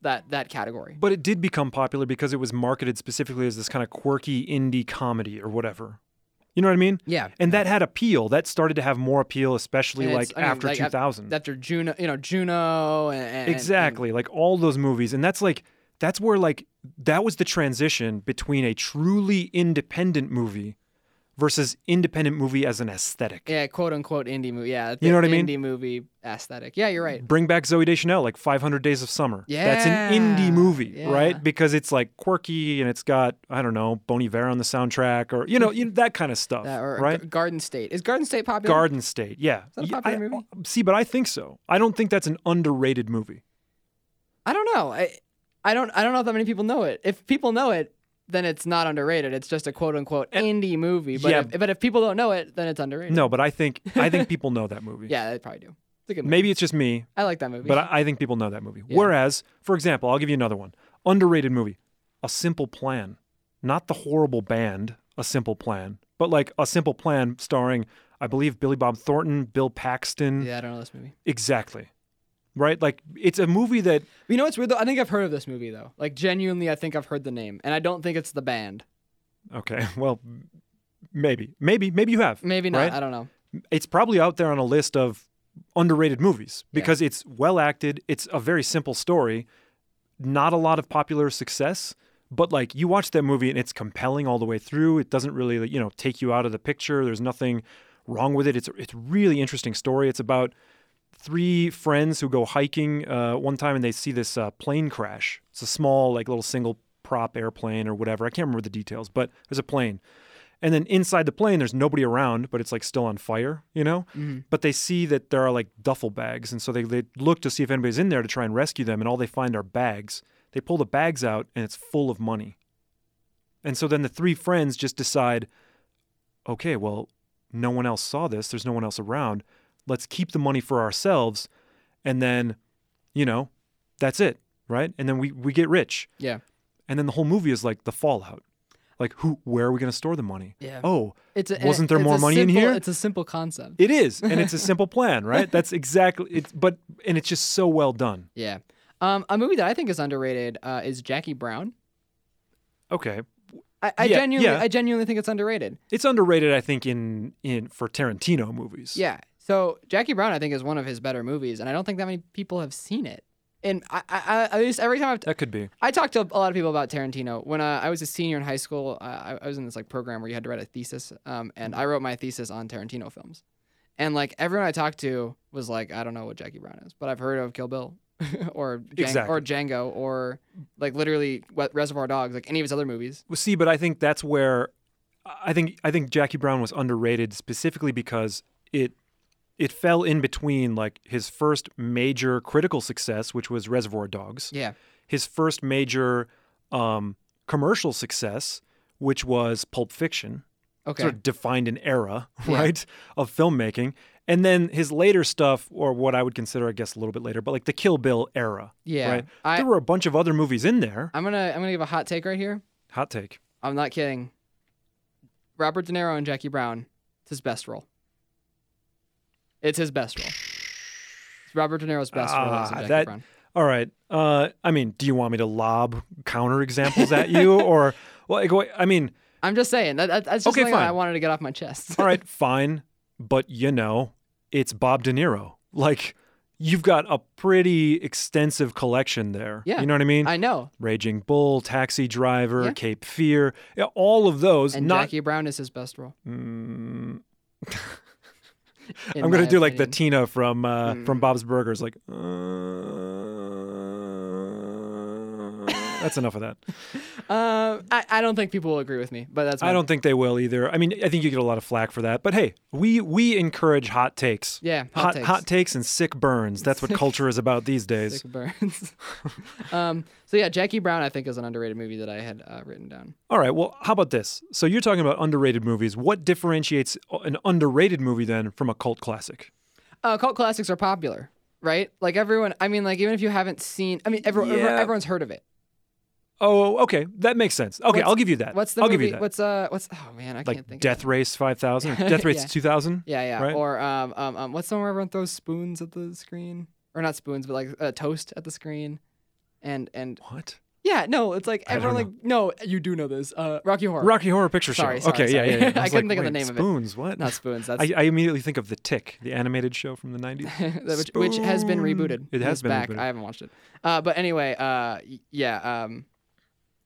Speaker 2: that that category.
Speaker 1: But it did become popular because it was marketed specifically as this kind of quirky indie comedy or whatever. You know what I mean?
Speaker 2: Yeah.
Speaker 1: And that had appeal. That started to have more appeal, especially
Speaker 2: And
Speaker 1: like
Speaker 2: it's- I mean,
Speaker 1: after
Speaker 2: like, af-
Speaker 1: 2000.
Speaker 2: after Juno, you know, Juno and, and- and-
Speaker 1: exactly. like all those movies. And that's like, that's where like, that was the transition between a truly independent movie versus independent movie as an aesthetic.
Speaker 2: yeah, quote unquote indie movie. Yeah,
Speaker 1: You know what I
Speaker 2: the
Speaker 1: mean?
Speaker 2: Indie movie aesthetic. Yeah, you're right.
Speaker 1: Bring back Zoe Deschanel, like 500 Days of Summer. That's an
Speaker 2: Yeah,
Speaker 1: indie movie,
Speaker 2: yeah.
Speaker 1: right? Because it's like quirky and it's got, I don't know, Bon Iver on the soundtrack or, you know, you know that kind of stuff,
Speaker 2: That- Uh, or
Speaker 1: right?
Speaker 2: G- Garden State is Garden State popular?
Speaker 1: Garden State, yeah.
Speaker 2: that a
Speaker 1: Yeah,
Speaker 2: popular
Speaker 1: I- uh,
Speaker 2: movie?
Speaker 1: See, but I think so. I don't think that's an underrated movie.
Speaker 2: I don't know. I, I don't. I don't know that many people know it. If people know it, then it's not underrated. It's just a quote unquote indie movie. But
Speaker 1: yeah.
Speaker 2: if, but if people don't know it, then it's underrated.
Speaker 1: No, but I think I think people know that movie.
Speaker 2: Yeah, they probably do. It's a good movie.
Speaker 1: Maybe it's just me,
Speaker 2: I like that movie.
Speaker 1: but I, I think people know that movie.
Speaker 2: Yeah.
Speaker 1: Whereas, for example, I'll give you another one. Underrated movie. A Simple Plan. Not the horrible band, A Simple Plan, but like A Simple Plan starring I believe Billy Bob Thornton, Bill Paxton.
Speaker 2: yeah, I don't know this movie.
Speaker 1: Exactly. Right? Like it's a movie that
Speaker 2: You know what's weird though? I think I've heard of this movie though. Like genuinely, I think I've heard the name, and I don't think it's the band.
Speaker 1: okay, well maybe. Maybe maybe you have.
Speaker 2: Maybe not.
Speaker 1: Right?
Speaker 2: I don't know.
Speaker 1: it's probably out there on a list of underrated movies because it's well acted. It's a very simple story, not a lot of popular success, but like you watch that movie and it's compelling all the way through. It doesn't really, you know, take you out of the picture. There's nothing wrong with it. It's it's a really interesting story. It's about three friends who go hiking uh, one time and they see this uh, plane crash. It's a small like little single prop airplane or whatever. I can't remember the details, but there's a plane. And then inside the plane, there's nobody around, but it's like still on fire, you know? But they see that there are like duffel bags. And so they, they look to see if anybody's in there to try and rescue them. And all they find are bags. They pull the bags out and it's full of money. And so then the three friends just decide okay, well, no one else saw this. There's no one else around. Let's keep the money for ourselves. And then, you know, that's it, right? And then we, we get rich.
Speaker 2: Yeah.
Speaker 1: And then the whole movie is like the fallout. Like who where are we going to store the money?
Speaker 2: Yeah.
Speaker 1: Oh,
Speaker 2: It's a,
Speaker 1: Wasn't there
Speaker 2: it's
Speaker 1: more
Speaker 2: a
Speaker 1: money in
Speaker 2: simple-
Speaker 1: here?
Speaker 2: It's a simple concept.
Speaker 1: it is. And it's a simple plan, right? That's exactly it's but and it's just so well done.
Speaker 2: yeah. Um, a movie that I think is underrated uh, is Jackie Brown.
Speaker 1: Okay.
Speaker 2: I, I
Speaker 1: Yeah,
Speaker 2: genuinely,
Speaker 1: yeah.
Speaker 2: I genuinely think it's underrated.
Speaker 1: It's underrated I think in in for Tarantino movies.
Speaker 2: Yeah. So Jackie Brown, I think, is one of his better movies, and I don't think that many people have seen it. And I, I, I at least every time I've, t-
Speaker 1: That could be.
Speaker 2: I talked to a lot of people about Tarantino. When uh, I was a senior in high school, uh, I, I was in this like program where you had to write a thesis, um, and
Speaker 1: Mm-hmm.
Speaker 2: I wrote my thesis on Tarantino films. And like everyone I talked to was like, I don't know what Jackie Brown is, but I've heard of Kill Bill, or Django,
Speaker 1: Exactly.
Speaker 2: or Django, or like literally what, Reservoir Dogs, like any of his other movies.
Speaker 1: Well, see, but I think that's where I think I think Jackie Brown was underrated specifically because it it fell in between like his first major critical success, which was Reservoir Dogs,
Speaker 2: Yeah,
Speaker 1: his first major um, commercial success, which was Pulp Fiction,
Speaker 2: Okay.
Speaker 1: sort of defined an era,
Speaker 2: Yeah.
Speaker 1: right, of filmmaking. And then his later stuff, or what I would consider, I guess, a little bit later, but like the Kill Bill era.
Speaker 2: yeah.
Speaker 1: Right.
Speaker 2: I,
Speaker 1: there were a bunch of other movies in there.
Speaker 2: I'm gonna I'm gonna give a hot take right here.
Speaker 1: Hot take.
Speaker 2: I'm not kidding. Robert De Niro and Jackie Brown. It's his best role. It's his best role. It's Robert De Niro's best role. Is in
Speaker 1: Ah,
Speaker 2: Jackie
Speaker 1: that-
Speaker 2: Brown.
Speaker 1: All right. Uh, I mean, do you want me to lob counter examples at you, or well, like, I mean,
Speaker 2: I'm just saying. That, that- that's just
Speaker 1: Okay,
Speaker 2: something that
Speaker 1: fine.
Speaker 2: I wanted to get off my chest.
Speaker 1: all right, fine, but you know, it's Bob De Niro. Like, you've got a pretty extensive collection there.
Speaker 2: Yeah.
Speaker 1: you know what I mean.
Speaker 2: I know.
Speaker 1: Raging Bull, Taxi Driver,
Speaker 2: Yeah.
Speaker 1: Cape Fear, yeah, all of those.
Speaker 2: And
Speaker 1: not.
Speaker 2: Jackie Brown is his best role.
Speaker 1: Mm,
Speaker 2: in
Speaker 1: I'm gonna
Speaker 2: my
Speaker 1: do like the
Speaker 2: opinion.
Speaker 1: Tina from uh, from
Speaker 2: Mm.
Speaker 1: Bob's Burgers, like. Uh, that's enough of that.
Speaker 2: Um, I, I don't think people will agree with me, but that's.
Speaker 1: I
Speaker 2: my-
Speaker 1: don't think they will either. I mean, I think you get a lot of flack for that, but hey, we we encourage hot takes.
Speaker 2: Yeah. Hot,
Speaker 1: Hot,
Speaker 2: takes.
Speaker 1: hot takes and sick burns. That's what culture is about these days.
Speaker 2: Sick burns. um, so yeah, Jackie Brown I think is an underrated movie that I had uh, written down.
Speaker 1: All right. Well, how about this? So you're talking about underrated movies. What differentiates an underrated movie then from a cult classic?
Speaker 2: uh, cult classics are popular, right? Like everyone, I mean, like even if you haven't seen, I mean, everyone,
Speaker 1: Yeah.
Speaker 2: everyone's heard of it.
Speaker 1: Oh, okay. That makes sense. Okay,
Speaker 2: What's-
Speaker 1: I'll give you that.
Speaker 2: What's the
Speaker 1: I'll
Speaker 2: movie?
Speaker 1: give you that.
Speaker 2: What's uh, what's oh man, I can't
Speaker 1: like
Speaker 2: think. of
Speaker 1: Death Race 5000 or Death Race
Speaker 2: Yeah.
Speaker 1: 2000?
Speaker 2: it. yeah, yeah,
Speaker 1: right?
Speaker 2: or um, um, um, what's the one where everyone throws spoons at the screen, or not spoons, but like uh, toast at the screen, and and
Speaker 1: What?
Speaker 2: yeah, no, it's like
Speaker 1: I don't
Speaker 2: everyone like no, you do know this, uh, Rocky Horror,
Speaker 1: Rocky Horror Picture
Speaker 2: Sorry,
Speaker 1: Show.
Speaker 2: sorry,
Speaker 1: okay,
Speaker 2: sorry.
Speaker 1: yeah, yeah. yeah.
Speaker 2: I
Speaker 1: was
Speaker 2: couldn't
Speaker 1: like,
Speaker 2: think of the
Speaker 1: wait,
Speaker 2: name of it.
Speaker 1: spoons, What?
Speaker 2: not spoons. That's
Speaker 1: I, I immediately think of The Tick, the animated show from the 90s.
Speaker 2: that which, which has been
Speaker 1: Spoon.
Speaker 2: rebooted.
Speaker 1: It has
Speaker 2: It's
Speaker 1: been
Speaker 2: back.
Speaker 1: rebooted.
Speaker 2: I haven't watched it. Uh, but anyway, uh, y- yeah. Um,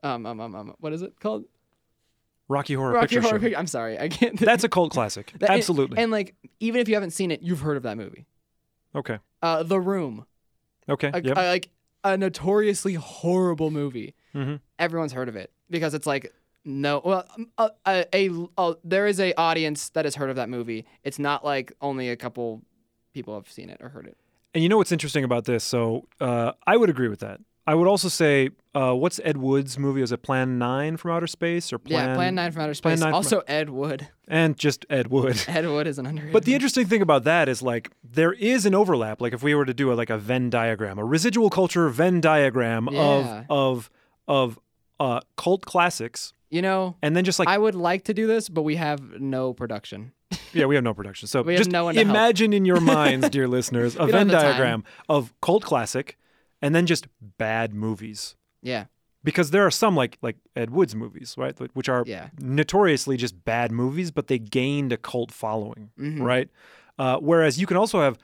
Speaker 2: um, um, um, um, what is it called?
Speaker 1: Rocky Horror
Speaker 2: Rocky
Speaker 1: Picture
Speaker 2: Horror
Speaker 1: Show.
Speaker 2: Picture. I'm sorry, I can't.
Speaker 1: That's a cult classic.
Speaker 2: That- and-
Speaker 1: Absolutely.
Speaker 2: And like, even if you haven't seen it, you've heard of that movie.
Speaker 1: okay.
Speaker 2: Uh, the Room,
Speaker 1: Okay.
Speaker 2: a,
Speaker 1: yep.
Speaker 2: a- like a notoriously horrible movie.
Speaker 1: Mhm.
Speaker 2: Everyone's heard of it because it's like no, well, um, a, a, a, a there is a audience that has heard of that movie. It's not like only a couple people have seen it or heard it.
Speaker 1: and you know what's interesting about this? So uh, I would agree with that. I would also say, uh, what's Ed Wood's movie? Was it Plan 9 from Outer Space or Plan?
Speaker 2: yeah, Plan Nine from Outer
Speaker 1: Plan
Speaker 2: Space.
Speaker 1: Nine from-
Speaker 2: also, Ed Wood.
Speaker 1: And just Ed Wood.
Speaker 2: Ed Wood is an underrated.
Speaker 1: But the interesting thing about that is like there is an overlap. Like if we were to do a, like a Venn diagram, a residual culture Venn diagram
Speaker 2: Yeah.
Speaker 1: of of of uh, cult classics,
Speaker 2: you know,
Speaker 1: and then just like
Speaker 2: I would like to do this, but we have no production.
Speaker 1: yeah, we have no production. So
Speaker 2: We have
Speaker 1: just
Speaker 2: no one to help.
Speaker 1: imagine in your minds, dear listeners, a
Speaker 2: We don't
Speaker 1: Venn
Speaker 2: have the time.
Speaker 1: diagram of cult classic, and then just bad movies.
Speaker 2: Yeah,
Speaker 1: Because there are some like like Ed Wood's movies, right, which are
Speaker 2: yeah.
Speaker 1: notoriously just bad movies, but they gained a cult following,
Speaker 2: Mhm.
Speaker 1: right? Uh, whereas you can also have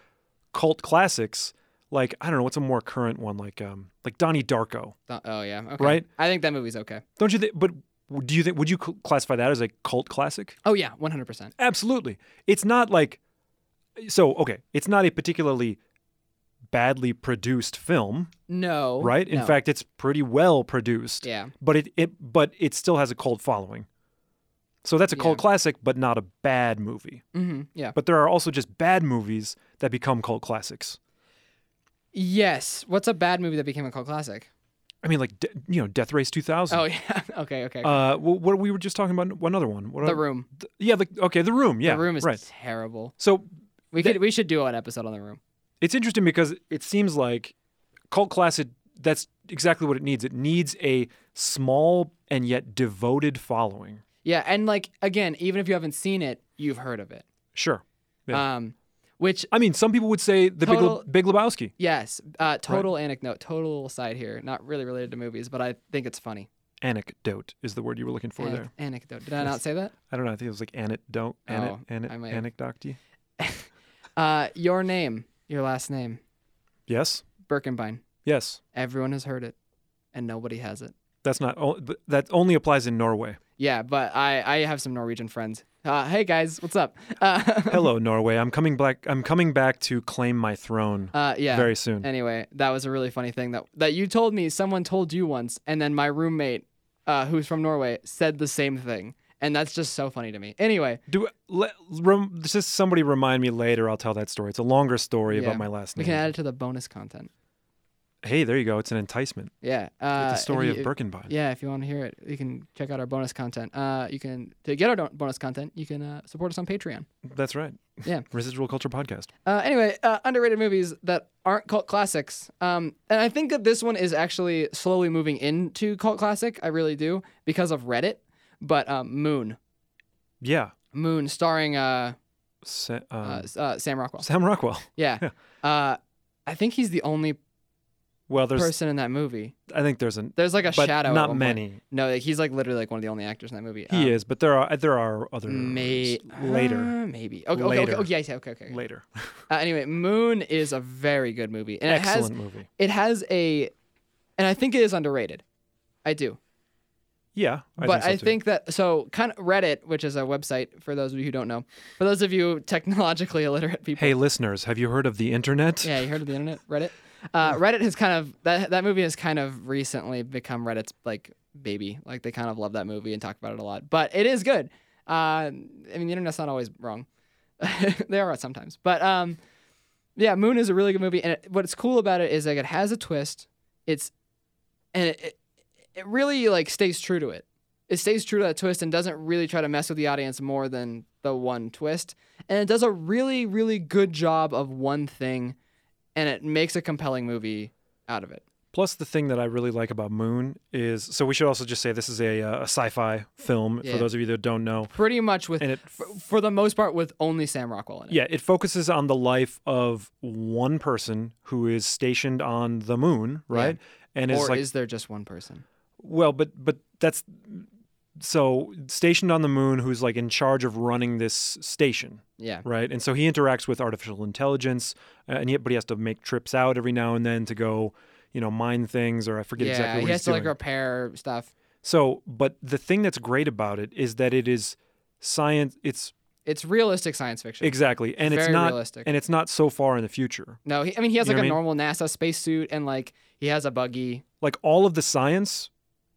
Speaker 1: cult classics like I don't know what's a more current one like um, like Donnie Darko,
Speaker 2: Th- Oh yeah. Okay.
Speaker 1: Right?
Speaker 2: I think that movie's okay.
Speaker 1: don't you think? But do you think would you cl- classify that as a cult classic?
Speaker 2: Oh yeah, one hundred percent.
Speaker 1: Absolutely. It's not like so okay. It's not a particularly badly produced film,
Speaker 2: No.
Speaker 1: right? In
Speaker 2: Oh, no.
Speaker 1: fact, it's pretty well produced.
Speaker 2: Yeah.
Speaker 1: but it, it but it still has a cult following. So that's a cult
Speaker 2: Yeah.
Speaker 1: classic, but not a bad movie.
Speaker 2: hmm Yeah.
Speaker 1: But there are also just bad movies that become cult classics.
Speaker 2: Yes. What's a bad movie that became a cult classic?
Speaker 1: I mean, like de- you know, Death Race 2000.
Speaker 2: Oh yeah. okay. Okay.
Speaker 1: Uh, wh- what we were just talking about one other one. What
Speaker 2: the
Speaker 1: are-
Speaker 2: Room.
Speaker 1: th- yeah, the, okay, the room. Yeah,
Speaker 2: the Room is
Speaker 1: right.
Speaker 2: terrible.
Speaker 1: So
Speaker 2: We
Speaker 1: That-
Speaker 2: could we should do an episode on The Room.
Speaker 1: it's interesting because it seems like cult classic. That's exactly what it needs. It needs a small and yet devoted following.
Speaker 2: Yeah, and like again, even if you haven't seen it, you've heard of it.
Speaker 1: Sure. Yeah.
Speaker 2: Um, which
Speaker 1: I mean, some people would say the
Speaker 2: Total-
Speaker 1: Big, Le- Big Lebowski.
Speaker 2: yes, uh, total anecdote, total side here, not really related to movies, but I think it's funny.
Speaker 1: anecdote is the word you were looking for
Speaker 2: Anec-
Speaker 1: there.
Speaker 2: anecdote. Did I not say that?
Speaker 1: I don't know. I think it was like anecdote,
Speaker 2: Oh,
Speaker 1: anecdote,
Speaker 2: I might
Speaker 1: anecdote.
Speaker 2: have-
Speaker 1: anecdote.
Speaker 2: Uh, your name, your last name,
Speaker 1: Yes,
Speaker 2: Birkenbein.
Speaker 1: yes.
Speaker 2: Everyone has heard it, and nobody has it.
Speaker 1: That's not. o- but That only applies in Norway.
Speaker 2: Yeah, but I, I have some Norwegian friends. Uh, hey guys, what's up? Uh,
Speaker 1: Hello, Norway. I'm coming back. I'm coming back to claim my throne
Speaker 2: uh, yeah.
Speaker 1: very soon.
Speaker 2: Anyway, that was a really funny thing that that you told me. Someone told you once, and then my roommate, uh, who's from Norway, said the same thing, and that's just so funny to me. Anyway,
Speaker 1: Do let, rem, just somebody remind me later. I'll tell that story. It's a longer story
Speaker 2: Yeah.
Speaker 1: about my last
Speaker 2: we
Speaker 1: name.
Speaker 2: can add it to the bonus content.
Speaker 1: hey, there you go. It's an enticement.
Speaker 2: Yeah.
Speaker 1: It's
Speaker 2: Uh,
Speaker 1: the
Speaker 2: if
Speaker 1: story
Speaker 2: you-
Speaker 1: of Birkenbein.
Speaker 2: Yeah, if you want to hear it, you can check out our bonus content. Uh, you can to get our don- bonus content, you can uh, support us on Patreon.
Speaker 1: That's right.
Speaker 2: Yeah.
Speaker 1: Residual Culture Podcast.
Speaker 2: Uh, anyway, uh, underrated movies that aren't cult classics. Um, and I think that this one is actually slowly moving into cult classic. I really do because of Reddit. But um, Moon,
Speaker 1: Yeah.
Speaker 2: Moon, starring uh,
Speaker 1: Sa- um,
Speaker 2: uh, s- uh, Sam Rockwell.
Speaker 1: Sam Rockwell.
Speaker 2: Yeah. Uh, I think he's the only
Speaker 1: Well, there's.
Speaker 2: person in that movie.
Speaker 1: I think there's an.
Speaker 2: There's like a
Speaker 1: but
Speaker 2: shadow. at
Speaker 1: not
Speaker 2: one point.
Speaker 1: many.
Speaker 2: No, like, he's like literally like one of the only actors in that movie. Um,
Speaker 1: He is, but there are there are other
Speaker 2: May-
Speaker 1: later
Speaker 2: uh, maybe. Okay, okay, okay,
Speaker 1: Later.
Speaker 2: okay, yes, yeah, okay, okay. okay.
Speaker 1: later.
Speaker 2: Uh, anyway, Moon is a very good movie, and
Speaker 1: Excellent movie.
Speaker 2: it has it has a, and I think it is underrated. I do,
Speaker 1: Yeah, I
Speaker 2: but
Speaker 1: think so
Speaker 2: I
Speaker 1: too.
Speaker 2: think that so kind of Reddit, which is a website for those of you who don't know, for those of you technologically illiterate people.
Speaker 1: Hey, listeners, have you heard of the internet?
Speaker 2: Yeah, you heard of the internet, Reddit. Uh, Reddit has kind of that that movie has kind of recently become Reddit's like baby. Like they kind of love that movie and talk about it a lot. But it is good. Uh, I mean, the internet's not always wrong. they are sometimes, but um, yeah, Moon is a really good movie. And it, what's cool about it is like it has a twist. It's and it, it it really like stays true to it. It stays true to that twist and doesn't really try to mess with the audience more than the one twist. And it does a really really good job of one thing and it makes a compelling movie out of it.
Speaker 1: Plus, the thing that I really like about Moon is so we should also just say this is a, uh, a sci-fi film
Speaker 2: Yeah.
Speaker 1: for those of you that don't know,
Speaker 2: Pretty much with,
Speaker 1: and it
Speaker 2: for, for the most part, with only Sam Rockwell in it.
Speaker 1: yeah it focuses on the life of one person who is stationed on the moon, right? And
Speaker 2: Or
Speaker 1: is like
Speaker 2: is there just one person?
Speaker 1: Well, but but that's so stationed on the moon who's like in charge of running this station,
Speaker 2: Yeah.
Speaker 1: right? And so he interacts with artificial intelligence uh, and yet but he has to make trips out every now and then to go, you know, mine things or I forget
Speaker 2: yeah.
Speaker 1: exactly what
Speaker 2: he
Speaker 1: he's
Speaker 2: has to
Speaker 1: doing.
Speaker 2: like repair stuff.
Speaker 1: so, but the thing that's great about it is that it is science it's
Speaker 2: It's realistic science fiction.
Speaker 1: exactly and it's
Speaker 2: Very
Speaker 1: not
Speaker 2: realistic.
Speaker 1: and it's not so far in the future.
Speaker 2: no, he, I mean he has
Speaker 1: You
Speaker 2: like
Speaker 1: know
Speaker 2: a
Speaker 1: what I
Speaker 2: normal NASA spacesuit and like he has a buggy.
Speaker 1: Like all of the science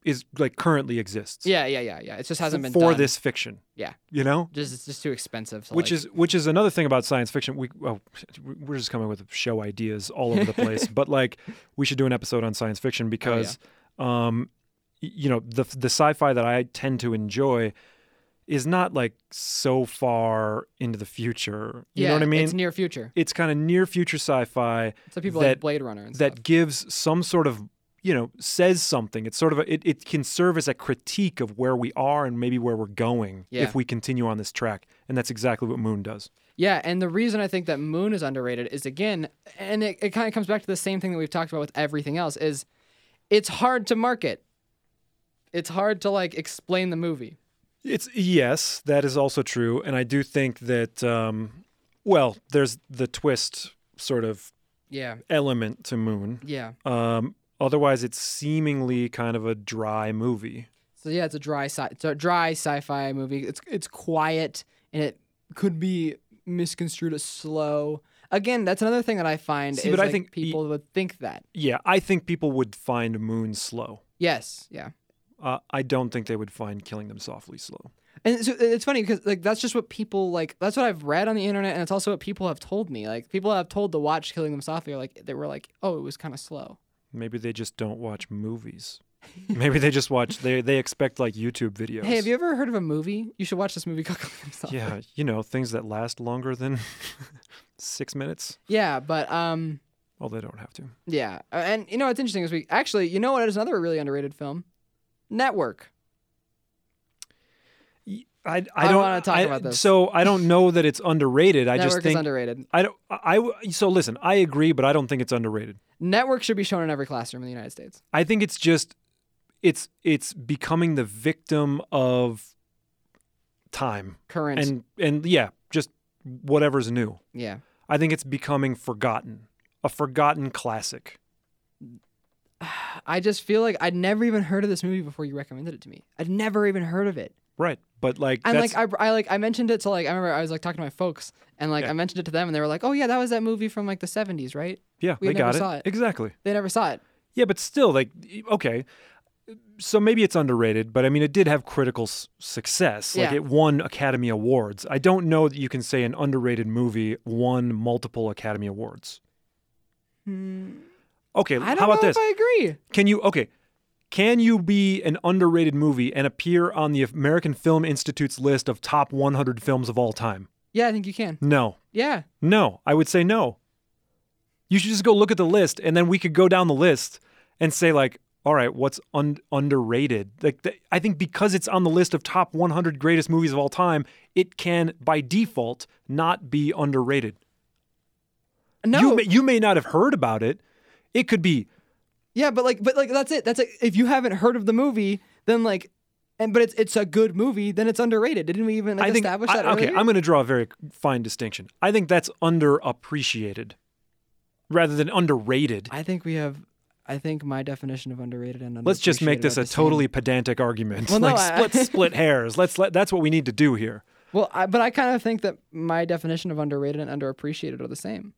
Speaker 1: is like currently exists.
Speaker 2: Yeah, yeah, yeah, yeah. It just hasn't been
Speaker 1: for
Speaker 2: done.
Speaker 1: this fiction.
Speaker 2: Yeah.
Speaker 1: You know?
Speaker 2: Just it's just too expensive.
Speaker 1: which is which is another thing about science fiction. We well, we're just coming with show ideas all over the place, but like we should do an episode on science
Speaker 2: Oh,
Speaker 1: fiction because, um, y- you know, the the sci-fi that I tend to enjoy is not like so far into the future. You
Speaker 2: yeah,
Speaker 1: know what I mean?
Speaker 2: It's near future.
Speaker 1: It's kind of near future sci-fi
Speaker 2: So people
Speaker 1: that-
Speaker 2: like Blade Runner and
Speaker 1: that
Speaker 2: stuff.
Speaker 1: gives some sort of you know says something it's sort of a, it, it can serve as a critique of where we are and maybe where we're going
Speaker 2: Yeah.
Speaker 1: if we continue on this track and that's exactly what moon does
Speaker 2: Yeah, and the reason I think that Moon is underrated is again, and it, it kind of comes back to the same thing that we've talked about with everything else is it's hard to market. It's hard to like explain the movie.
Speaker 1: It's yes, that is also true, and I do think that um, well, there's the twist sort of
Speaker 2: Yeah.
Speaker 1: element to Moon.
Speaker 2: Yeah.
Speaker 1: Um, otherwise, it's seemingly kind of a dry movie.
Speaker 2: So yeah, it's a dry sci it's a dry sci-fi movie. It's it's quiet and it could be misconstrued as slow. Again, that's another thing that I find
Speaker 1: See,
Speaker 2: is
Speaker 1: but I
Speaker 2: like,
Speaker 1: think e-
Speaker 2: people would think that.
Speaker 1: Yeah, I think people would find Moon slow.
Speaker 2: Yes, yeah.
Speaker 1: Uh, I don't think they would find Killing Them Softly slow.
Speaker 2: And so uh, it's funny because like that's just what people like. That's what I've read on the internet, and it's also what people have told me. Like people have told the watch Killing Them Softly, are like they were like, oh, it was kind of slow.
Speaker 1: Maybe they just don't watch movies. Maybe they just watch. They they expect like YouTube videos.
Speaker 2: Hey, have you ever heard of a movie? You should watch this movie called Killing Them Softly.
Speaker 1: Yeah, you know things that last longer than six minutes.
Speaker 2: Yeah, but um,
Speaker 1: Well, they don't have to.
Speaker 2: yeah, Uh, and you know what's interesting is we actually, you know what is another really underrated film, Network.
Speaker 1: I,
Speaker 2: I
Speaker 1: don't
Speaker 2: wanna talk
Speaker 1: I-
Speaker 2: about this.
Speaker 1: So I don't know that it's underrated. I
Speaker 2: Network
Speaker 1: just think
Speaker 2: is underrated.
Speaker 1: I don't. I, I w- so listen. I agree, but I don't think it's underrated.
Speaker 2: Network should be shown in every classroom in the United States.
Speaker 1: I think it's just it's it's becoming the victim of time
Speaker 2: Current,
Speaker 1: and and yeah, just whatever's new.
Speaker 2: yeah.
Speaker 1: I think it's becoming forgotten, a forgotten classic.
Speaker 2: I just feel like I'd never even heard of this movie before you recommended it to me. I'd never even heard of it.
Speaker 1: Right, but like
Speaker 2: And
Speaker 1: that's
Speaker 2: like I, I like I mentioned it to like I remember I was like talking to my folks and like
Speaker 1: Yeah.
Speaker 2: I mentioned it to them and they were like, "Oh yeah, that was that movie from like the 70s, right?"
Speaker 1: yeah,
Speaker 2: we
Speaker 1: they
Speaker 2: never
Speaker 1: got
Speaker 2: saw it.
Speaker 1: exactly.
Speaker 2: They never saw it.
Speaker 1: Yeah, but still, like, okay. So maybe it's underrated, but I mean, it did have critical s- success. Like,
Speaker 2: Yeah.
Speaker 1: it won Academy Awards. I don't know that you can say an underrated movie won multiple Academy Awards. Okay,
Speaker 2: I don't
Speaker 1: how about
Speaker 2: know
Speaker 1: this?
Speaker 2: if I agree.
Speaker 1: Can you okay? Can you be an underrated movie and appear on the American Film Institute's list of top 100 films of all time?
Speaker 2: Yeah, I think you can.
Speaker 1: No,
Speaker 2: Yeah.
Speaker 1: no, I would say no. You should just go look at the list, and then we could go down the list and say like, all right, what's un- underrated? Like, th- I think because it's on the list of top 100 greatest movies of all time, it can by default not be underrated.
Speaker 2: No.
Speaker 1: You may, you may not have heard about it. It could be
Speaker 2: Yeah, but like, but like, that's it. That's like, if you haven't heard of the movie, then like, and but it's it's a good movie, then it's underrated. Didn't we even like,
Speaker 1: I think
Speaker 2: establish
Speaker 1: I-
Speaker 2: that?
Speaker 1: okay,
Speaker 2: earlier?
Speaker 1: I'm going to draw a very fine distinction. I think that's underappreciated rather than underrated.
Speaker 2: I think we have. I think my definition of underrated and
Speaker 1: Let's just make
Speaker 2: underappreciated
Speaker 1: this
Speaker 2: are
Speaker 1: a
Speaker 2: the same.
Speaker 1: totally pedantic argument.
Speaker 2: Well, no,
Speaker 1: like
Speaker 2: I-
Speaker 1: split split hairs. Let's let that's what we need to do here.
Speaker 2: well. I, but I kind of think that my definition of underrated and underappreciated are the same,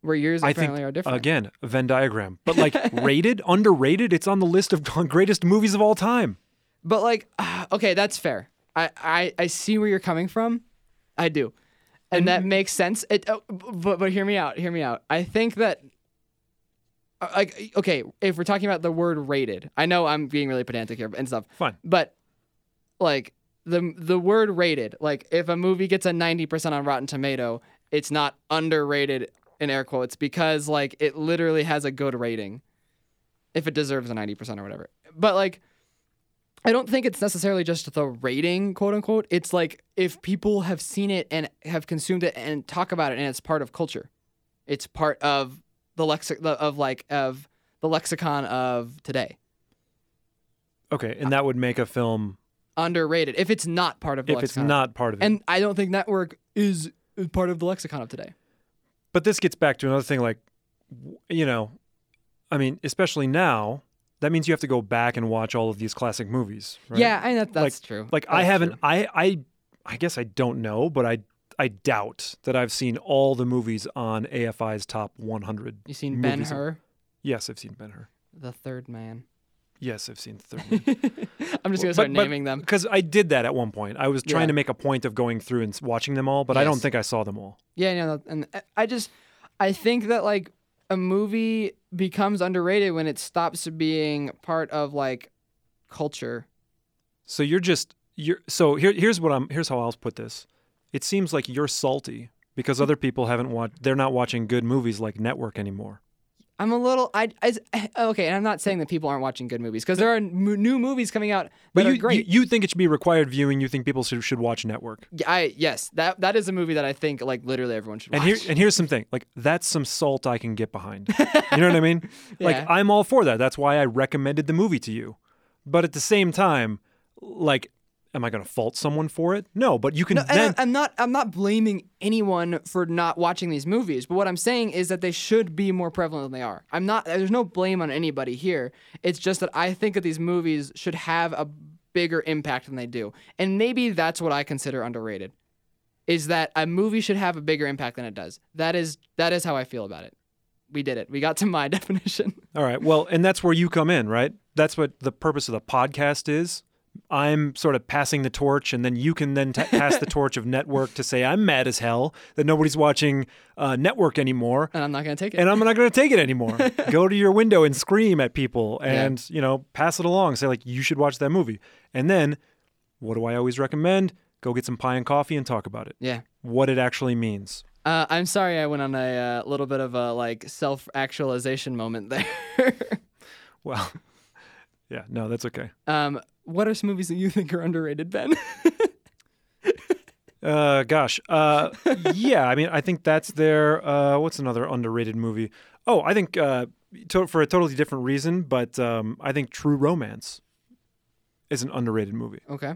Speaker 2: where yours
Speaker 1: I
Speaker 2: apparently
Speaker 1: think
Speaker 2: are different.
Speaker 1: again, Venn diagram. But like rated, underrated, it's on the list of greatest movies of all time.
Speaker 2: But like, ah, okay, that's fair. I, I I see where you're coming from. I do, and, that makes sense. It, oh, b- but but hear me out. Hear me out. I think that. uh, Like okay, if we're talking about the word rated, I know I'm being really pedantic here and stuff,
Speaker 1: Fine.
Speaker 2: but like the the word rated, like if a movie gets a ninety percent on Rotten Tomato, it's not underrated in air quotes because like it literally has a good rating, if it deserves a ninety percent or whatever. But like I don't think it's necessarily just the rating, quote unquote. It's like if people have seen it and have consumed it and talk about it, and it's part of culture. It's part of the lexic the- of like of the lexicon of today.
Speaker 1: Okay, and that would make a film
Speaker 2: Underrated if it's not part of the
Speaker 1: if it's
Speaker 2: lexicon.
Speaker 1: not part of it.
Speaker 2: and I don't think network is part of the lexicon of today.
Speaker 1: But this gets back to another thing like, w- you know, I mean, especially now, that means you have to go back and watch all of these classic movies. Right?
Speaker 2: Yeah, I that, that's true.
Speaker 1: Like I
Speaker 2: That's
Speaker 1: haven't
Speaker 2: true.
Speaker 1: I I I guess I don't know, but I I doubt that I've seen all the movies on AFI's top 100.
Speaker 2: You seen Ben
Speaker 1: movies of-
Speaker 2: Hur,
Speaker 1: Yes, I've seen Ben Hur.
Speaker 2: the third man.
Speaker 1: Yes, I've seen Third Man.
Speaker 2: I'm just gonna start naming them.
Speaker 1: because I did that at one point. I was trying
Speaker 2: Yeah.
Speaker 1: to make a point of going through and s- watching them all, but I don't
Speaker 2: Yes.
Speaker 1: think I saw them all.
Speaker 2: Yeah, no, no, and I- I just I think that like a movie becomes underrated when it stops being part of like culture.
Speaker 1: So you're just you're so here here's what I'm here's how I'll put this. It seems like you're salty because other people haven't watched they're not watching good movies like Network anymore.
Speaker 2: I'm a little I, I okay, and I'm not saying that people aren't watching good movies because there are m- new movies coming out that
Speaker 1: But
Speaker 2: are
Speaker 1: you,
Speaker 2: great.
Speaker 1: you you think it should be required viewing, you think people should, should watch Network.
Speaker 2: Yeah, I yes, that that is a movie that I think like literally everyone should watch.
Speaker 1: And here and here's some thing. Like that's some salt I can get behind. You know what I mean?
Speaker 2: Yeah.
Speaker 1: Like I'm all for that. That's why I recommended the movie to you. But at the same time, like am I going to fault someone for it? No, but you can
Speaker 2: And
Speaker 1: then
Speaker 2: I- I'm not I'm not blaming anyone for not watching these movies, but what I'm saying is that they should be more prevalent than they are. I'm not there's no blame on anybody here. It's just that I think that these movies should have a bigger impact than they do. And maybe that's what I consider underrated. Is that a movie should have a bigger impact than it does. That is that is how I feel about it. We did it. We got to my definition.
Speaker 1: All right. Well, and that's where you come in, right? That's what the purpose of the podcast is. I'm sort of passing the torch, and then you can then t- pass the torch of network to say I'm mad as hell that nobody's watching uh, network anymore,
Speaker 2: And I'm not gonna take it.
Speaker 1: and I'm not going to take it anymore. Go to your window and scream at people, and you know, pass it along. Say like you should watch that movie, and then what do I always recommend? Go get some pie and coffee and talk about it.
Speaker 2: yeah.
Speaker 1: What it actually means.
Speaker 2: Uh, I'm sorry I went on a uh, little bit of a like self-actualization moment there.
Speaker 1: Well, yeah, no, that's okay.
Speaker 2: Um, what are some movies that you think are underrated, Ben?
Speaker 1: Uh, gosh. Uh, yeah. I mean, I think that's their. Uh, what's another underrated movie? Oh, I think uh, to- for a totally different reason, but um, I think True Romance is an underrated movie.
Speaker 2: okay.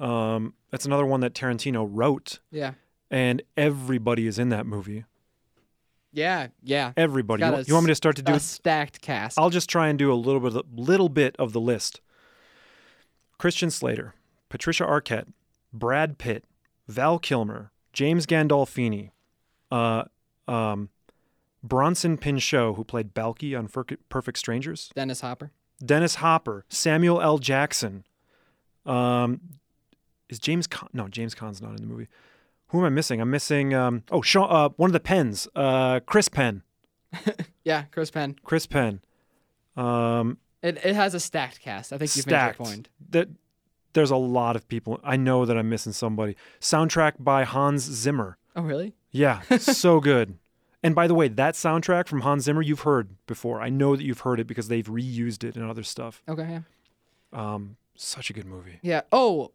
Speaker 1: Um, that's another one that Tarantino wrote,
Speaker 2: Yeah.
Speaker 1: and everybody is in that movie.
Speaker 2: Yeah. Yeah.
Speaker 1: Everybody. You,
Speaker 2: Got
Speaker 1: wa-
Speaker 2: a
Speaker 1: you want me to start to do?
Speaker 2: a stacked cast.
Speaker 1: I'll just try and do a little bit, little bit of the list. Christian Slater, Patricia Arquette, Brad Pitt, Val Kilmer, James Gandolfini, uh, um, Bronson Pinchot, who played Balky on Fur- Perfect Strangers,
Speaker 2: Dennis Hopper.
Speaker 1: Dennis Hopper, Samuel L. Jackson. Um, is James Con- no James Conn's not in the movie. Who am I missing? I'm missing um, oh Sean, uh, one of the Pens, uh, Chris Penn.
Speaker 2: yeah, Chris Penn.
Speaker 1: Chris Penn. Um,
Speaker 2: It, it has a stacked cast. I think you've
Speaker 1: stacked.
Speaker 2: made your point.
Speaker 1: That there's a lot of people. I know that I'm missing somebody. Soundtrack by Hans Zimmer.
Speaker 2: Oh, really?
Speaker 1: Yeah, so good. And by the way, that soundtrack from Hans Zimmer you've heard before. I know that you've heard it because they've reused it in other stuff.
Speaker 2: Okay, yeah.
Speaker 1: Um, such a good movie.
Speaker 2: Yeah. Oh,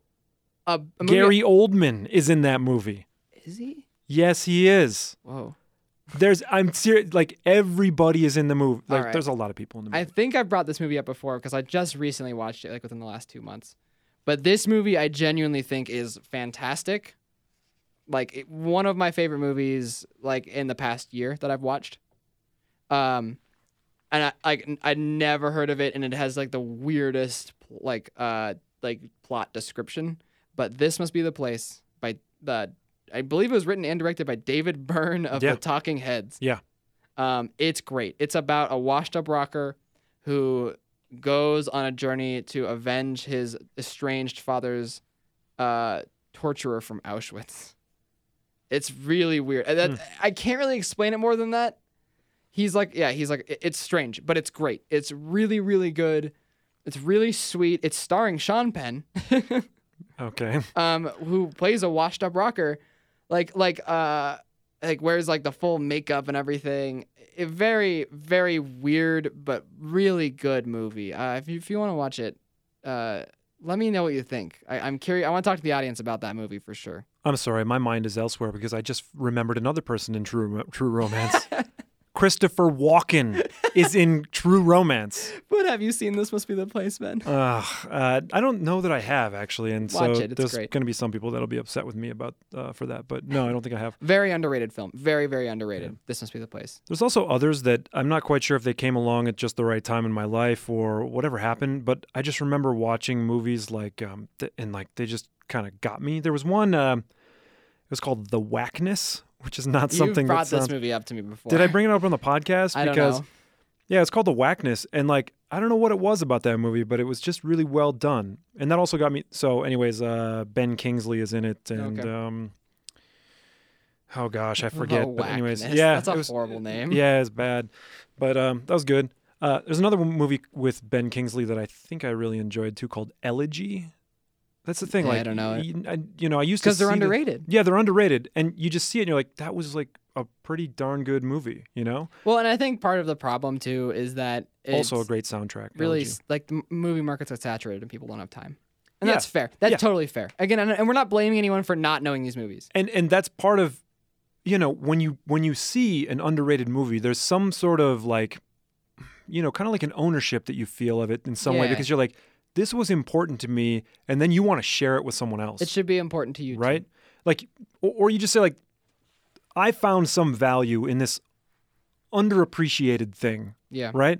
Speaker 2: a, a movie-
Speaker 1: Gary Oldman is in that movie.
Speaker 2: Is he?
Speaker 1: Yes, he is.
Speaker 2: Whoa.
Speaker 1: There's I'm serious. Like everybody is in the movie.
Speaker 2: All
Speaker 1: Like
Speaker 2: right.
Speaker 1: there's a lot of people in the movie.
Speaker 2: I think I brought this movie up before because I just recently watched it, like within the last two months. But this movie, I genuinely think is fantastic. Like it, one of my favorite movies, like in the past year that I've watched. Um, and I like n- I'd never heard of it, and it has like the weirdest like uh like plot description. But this must be the place by the I believe it was written and directed by David Byrne of
Speaker 1: Yeah.
Speaker 2: the Talking Heads.
Speaker 1: Yeah.
Speaker 2: Um, it's great. It's about a washed up rocker who goes on a journey to avenge his estranged father's uh, torturer from Auschwitz. It's really weird. And That,
Speaker 1: Hmm.
Speaker 2: I can't really explain it more than that. He's like, yeah, he's like, "It- it's strange, but it's great. It's really, really good. It's really sweet. It's starring Sean Penn.
Speaker 1: okay.
Speaker 2: um, who plays a washed up rocker, like like uh like wears like the full makeup and everything. A very very weird but really good movie. Uh, if you, if you want to watch it, uh, let me know what you think. I, I'm curious. I want to talk to the audience about that movie for sure.
Speaker 1: I'm sorry, my mind is elsewhere because I just remembered another person in True Rom- True Romance. Christopher Walken is in True Romance.
Speaker 2: But have you seen this? Must be the place, man.
Speaker 1: Ugh, uh, I don't know that I have actually, and
Speaker 2: Watch
Speaker 1: so
Speaker 2: it, it's
Speaker 1: there's
Speaker 2: great.
Speaker 1: going to be some people that'll be upset with me about uh, for that. But no, I don't think I have.
Speaker 2: Very underrated film. Very very underrated. This must be the place.
Speaker 1: There's also others that I'm not quite sure if they came along at just the right time in my life or whatever happened. But I just remember watching movies like um, th- and like they just kind of got me. There was one. um it was called The Whackness, which is not something
Speaker 2: you brought
Speaker 1: that
Speaker 2: this
Speaker 1: sounds.
Speaker 2: movie up to me before.
Speaker 1: Did I bring it up on the podcast?
Speaker 2: I don't
Speaker 1: because
Speaker 2: know.
Speaker 1: Yeah, it's called The Whackness. And like, I don't know what it was about that movie, but it was just really well done. And that also got me. So, anyways, uh, Ben Kingsley is in it. And,
Speaker 2: Okay.
Speaker 1: um, oh gosh, I forget.
Speaker 2: Oh,
Speaker 1: but, anyways,
Speaker 2: Whackness.
Speaker 1: yeah.
Speaker 2: that's a
Speaker 1: it was-
Speaker 2: horrible name.
Speaker 1: Yeah, it's bad. But um, that was good. Uh, there's another one- movie with Ben Kingsley that I think I really enjoyed too called Elegy. That's the thing.
Speaker 2: Yeah, I
Speaker 1: like,
Speaker 2: don't know it.
Speaker 1: You, I, you know, I used to
Speaker 2: because they're
Speaker 1: see the-
Speaker 2: underrated.
Speaker 1: yeah, they're underrated. And you just see it and you're like, that was like a pretty darn good movie, you know?
Speaker 2: Well, and I think part of the problem too is that it's
Speaker 1: also a great soundtrack.
Speaker 2: really
Speaker 1: Elegy.
Speaker 2: s- like the m- movie markets are saturated and people don't have time. And
Speaker 1: Yeah.
Speaker 2: that's fair. That's
Speaker 1: Yeah.
Speaker 2: totally fair. Again, and, and we're not blaming anyone for not knowing these movies.
Speaker 1: and and that's part of you know when you when you see an underrated movie there's some sort of like you know kind of like an ownership that you feel of it in some way
Speaker 2: Yeah.
Speaker 1: because you're like this was important to me and then you want to share it with someone else
Speaker 2: It should be important to you, too.
Speaker 1: right like or, or you just say like i found some value in this underappreciated thing
Speaker 2: Yeah.
Speaker 1: right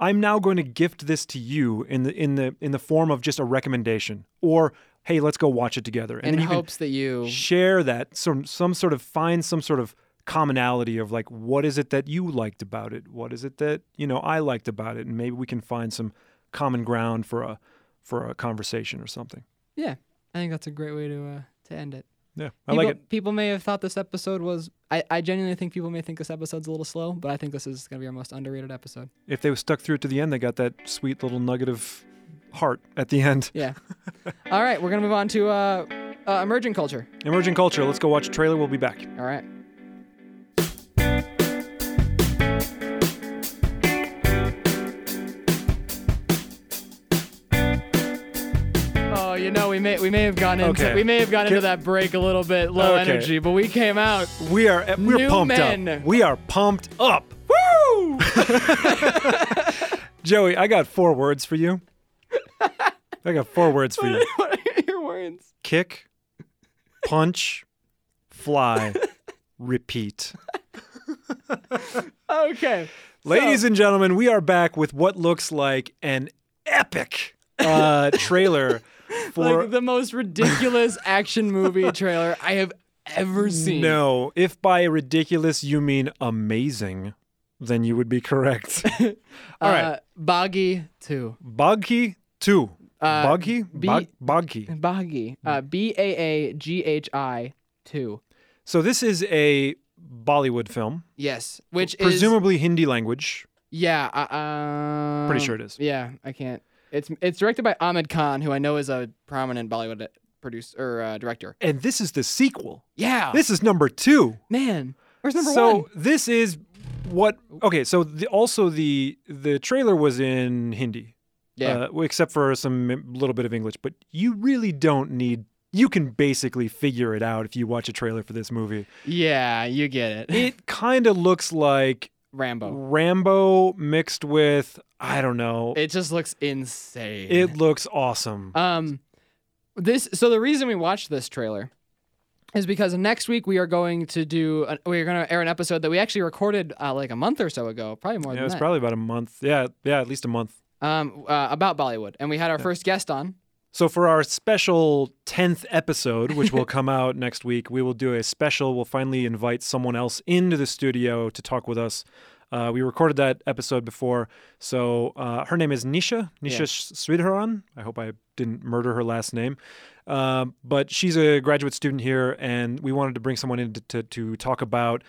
Speaker 1: i'm now going to gift this to you in the in the in the form of just a recommendation or hey let's go watch it together and,
Speaker 2: In
Speaker 1: then you can
Speaker 2: hopes that you
Speaker 1: share that some some sort of find some sort of commonality of like what is it that you liked about it what is it that you know i liked about it and maybe we can find some common ground for a for a conversation or something
Speaker 2: Yeah. I think that's a great way to uh, to end it.
Speaker 1: yeah i
Speaker 2: People,
Speaker 1: like it
Speaker 2: people may have thought this episode was I, I genuinely think people may think this episode's a little slow, but I think this is gonna be our most underrated episode.
Speaker 1: if they stuck through it to the end they got that sweet little nugget of heart at the end
Speaker 2: Yeah. All right, we're gonna move on to uh, uh, emerging culture.
Speaker 1: emerging culture let's go watch a trailer we'll be back
Speaker 2: All right. Oh, you know, we may we may have gone into
Speaker 1: Okay.
Speaker 2: we may have gone into
Speaker 1: Can-
Speaker 2: that break a little bit low
Speaker 1: Okay.
Speaker 2: energy, but we came out.
Speaker 1: we are eh, we're
Speaker 2: New
Speaker 1: pumped
Speaker 2: men.
Speaker 1: up we are pumped up woo joey i got four words for you i got four words for you
Speaker 2: what are your words?
Speaker 1: kick, punch, fly, repeat.
Speaker 2: Okay.
Speaker 1: Ladies and gentlemen, we are back with what looks like an epic uh, trailer for
Speaker 2: Like the most ridiculous action movie trailer I have ever seen.
Speaker 1: no. If by ridiculous you mean amazing, then you would be correct. All right,
Speaker 2: Uh, Boggy 2.
Speaker 1: Boggy two,
Speaker 2: uh,
Speaker 1: Boggy,
Speaker 2: B-
Speaker 1: Bog- Boggy.
Speaker 2: Mm. Boggy. Uh, B A A G H I 2.
Speaker 1: So this is a Bollywood film,
Speaker 2: Yes, which is
Speaker 1: presumably Hindi language.
Speaker 2: yeah. Uh, um,
Speaker 1: Pretty sure it is.
Speaker 2: Yeah, I can't. It's it's directed by Ahmed Khan, who I know is a prominent Bollywood producer or uh, director.
Speaker 1: And this is the sequel.
Speaker 2: Yeah,
Speaker 1: This is number two.
Speaker 2: man. Where's number
Speaker 1: so
Speaker 2: one?
Speaker 1: this is what okay. So the, also the the trailer was in Hindi,
Speaker 2: Yeah,
Speaker 1: uh, except for some little bit of English. But you really don't need. You can basically figure it out if you watch a trailer for this movie.
Speaker 2: yeah. You get it.
Speaker 1: It kind of looks like
Speaker 2: Rambo.
Speaker 1: Rambo mixed with I don't know.
Speaker 2: It just looks insane.
Speaker 1: It looks awesome.
Speaker 2: Um, this so the reason we watched this trailer is because next week we are going to do an, we are going to air an episode that we actually recorded uh, like a month or so ago, probably more
Speaker 1: yeah,
Speaker 2: than
Speaker 1: it was
Speaker 2: that.
Speaker 1: probably about a month. Yeah, yeah, at least a month.
Speaker 2: um, uh, about Bollywood, and we had our first guest on.
Speaker 1: So for our special 10th episode, which will come out next week, we will do a special. We'll finally invite someone else into the studio to talk with us. Uh, we recorded that episode before. So uh, her name is Nisha, Nisha
Speaker 2: Yeah.
Speaker 1: Sridharan. I hope I didn't murder her last name. Um, but she's a graduate student here, and we wanted to bring someone in to, to, to talk about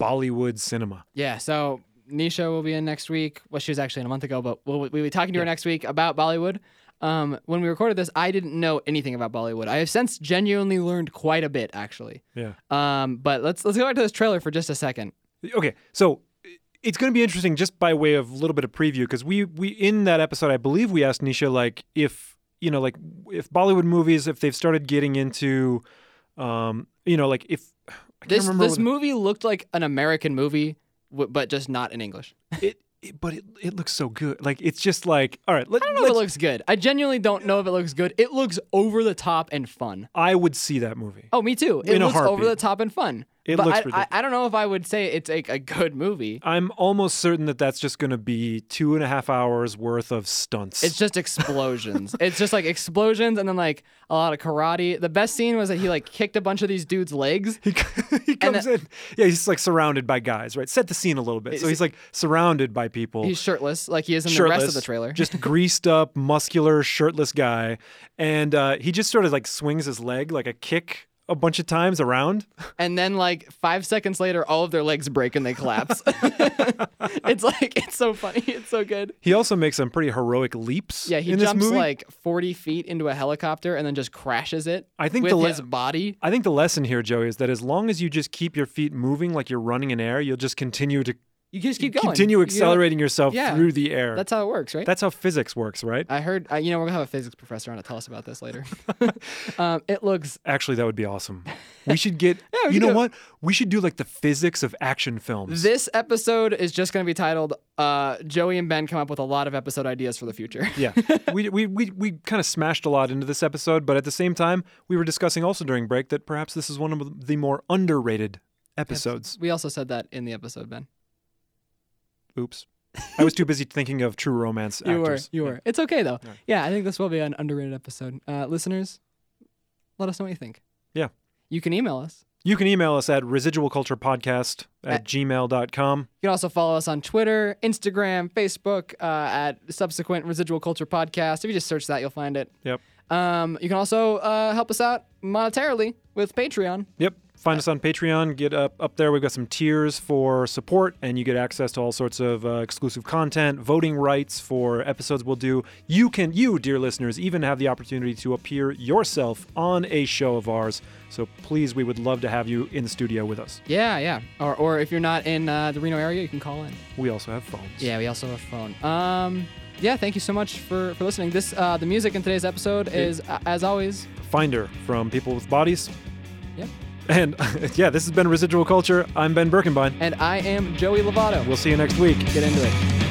Speaker 1: Bollywood cinema.
Speaker 2: Yeah, so Nisha will be in next week. Well, she was actually in a month ago, but we'll, we'll be talking to her next week about Bollywood. Um, when we recorded this, I didn't know anything about Bollywood. I have since genuinely learned quite a bit, actually.
Speaker 1: Yeah.
Speaker 2: Um, but let's let's go back to this trailer for just a second.
Speaker 1: Okay, so it's going to be interesting just by way of a little bit of preview because we we in that episode I believe we asked Nisha like if you know like if Bollywood movies if they've started getting into um you know like if I can't
Speaker 2: This
Speaker 1: remember
Speaker 2: this
Speaker 1: what-
Speaker 2: movie looked like an American movie, w- but just not in English.
Speaker 1: it, it- but it, it looks so good like it's just like all right let,
Speaker 2: I don't know if it looks good. I genuinely don't know if it looks good. It looks over the top and fun.
Speaker 1: I would see that movie
Speaker 2: Oh, me too. It
Speaker 1: In a
Speaker 2: looks over
Speaker 1: heartbeat.
Speaker 2: the top and fun.
Speaker 1: It
Speaker 2: but
Speaker 1: looks
Speaker 2: I,
Speaker 1: ridiculous.
Speaker 2: I, I don't know if I would say it's like a good movie.
Speaker 1: I'm almost certain that that's just going to be two and a half hours worth of stunts
Speaker 2: It's just explosions. it's just like explosions and then like a lot of karate. The best scene was that he like kicked a bunch of these dudes' legs.
Speaker 1: He, c- he comes in. Yeah, he's like surrounded by guys, right? Set the scene a little bit. So he's like surrounded by people.
Speaker 2: He's shirtless, like he is in the rest of the trailer.
Speaker 1: just greased up, muscular, shirtless guy, and uh, he just sort of like swings his leg like a kick a bunch of times around.
Speaker 2: and then like five seconds later, all of their legs break and they collapse. it's like it's so funny. It's so good.
Speaker 1: He also makes some pretty heroic leaps.
Speaker 2: Yeah, he
Speaker 1: in
Speaker 2: jumps
Speaker 1: this movie.
Speaker 2: like 40 feet into a helicopter and then just crashes it.
Speaker 1: I think
Speaker 2: with
Speaker 1: the le-
Speaker 2: his body.
Speaker 1: I think the lesson here, Joey, is that as long as you just keep your feet moving like you're running in air, you'll just continue to
Speaker 2: You just keep going.
Speaker 1: continue
Speaker 2: You know,
Speaker 1: accelerating yourself
Speaker 2: Yeah.
Speaker 1: through the air.
Speaker 2: that's how it works, right?
Speaker 1: That's how physics works, right?
Speaker 2: I heard. Uh, you know, we're gonna have a physics professor on to tell us about this later. um, it looks.
Speaker 1: Actually, that would be awesome. We should get.
Speaker 2: we
Speaker 1: you
Speaker 2: could
Speaker 1: know
Speaker 2: do it.
Speaker 1: what? We should do like the physics of action films.
Speaker 2: This episode is just gonna be titled uh, "Joey and Ben come up with a lot of episode ideas for the future."
Speaker 1: yeah, we we we, we kind of smashed a lot into this episode, but at the same time, we were discussing also during break that perhaps this is one of the more underrated episodes.
Speaker 2: we also said that in the episode, Ben.
Speaker 1: Oops, I was too busy thinking of True Romance
Speaker 2: You were.
Speaker 1: actors.
Speaker 2: You were. It's okay though.
Speaker 1: Yeah.
Speaker 2: Yeah, I think this will be an underrated episode. Uh, listeners, let us know what you think.
Speaker 1: Yeah.
Speaker 2: You can email us.
Speaker 1: You can email us at residualculturepodcast at gmail.com.
Speaker 2: You can also follow us on Twitter, Instagram, Facebook uh, at subsequent Residual Culture Podcast. If you just search that, you'll find it.
Speaker 1: Yep.
Speaker 2: Um, you can also uh, help us out monetarily with Patreon.
Speaker 1: Yep. Find us on Patreon. Get up up there. We've got some tiers for support, and you get access to all sorts of uh, exclusive content, voting rights for episodes we'll do. You can, you dear listeners, even have the opportunity to appear yourself on a show of ours. So please, we would love to have you in the studio with us.
Speaker 2: Yeah, yeah. Or, or if you're not in uh, the Reno area, you can call in.
Speaker 1: We also have phones.
Speaker 2: Yeah, we also have a phone. Um, yeah, thank you so much for, for listening. This uh, the music in today's episode is uh, as always.
Speaker 1: Finder from People with Bodies,
Speaker 2: Yep.
Speaker 1: and yeah, this has been Residual Culture. I'm Ben Birkenbein.
Speaker 2: And I am Joey Lovato.
Speaker 1: We'll see you next week.
Speaker 2: Get into it.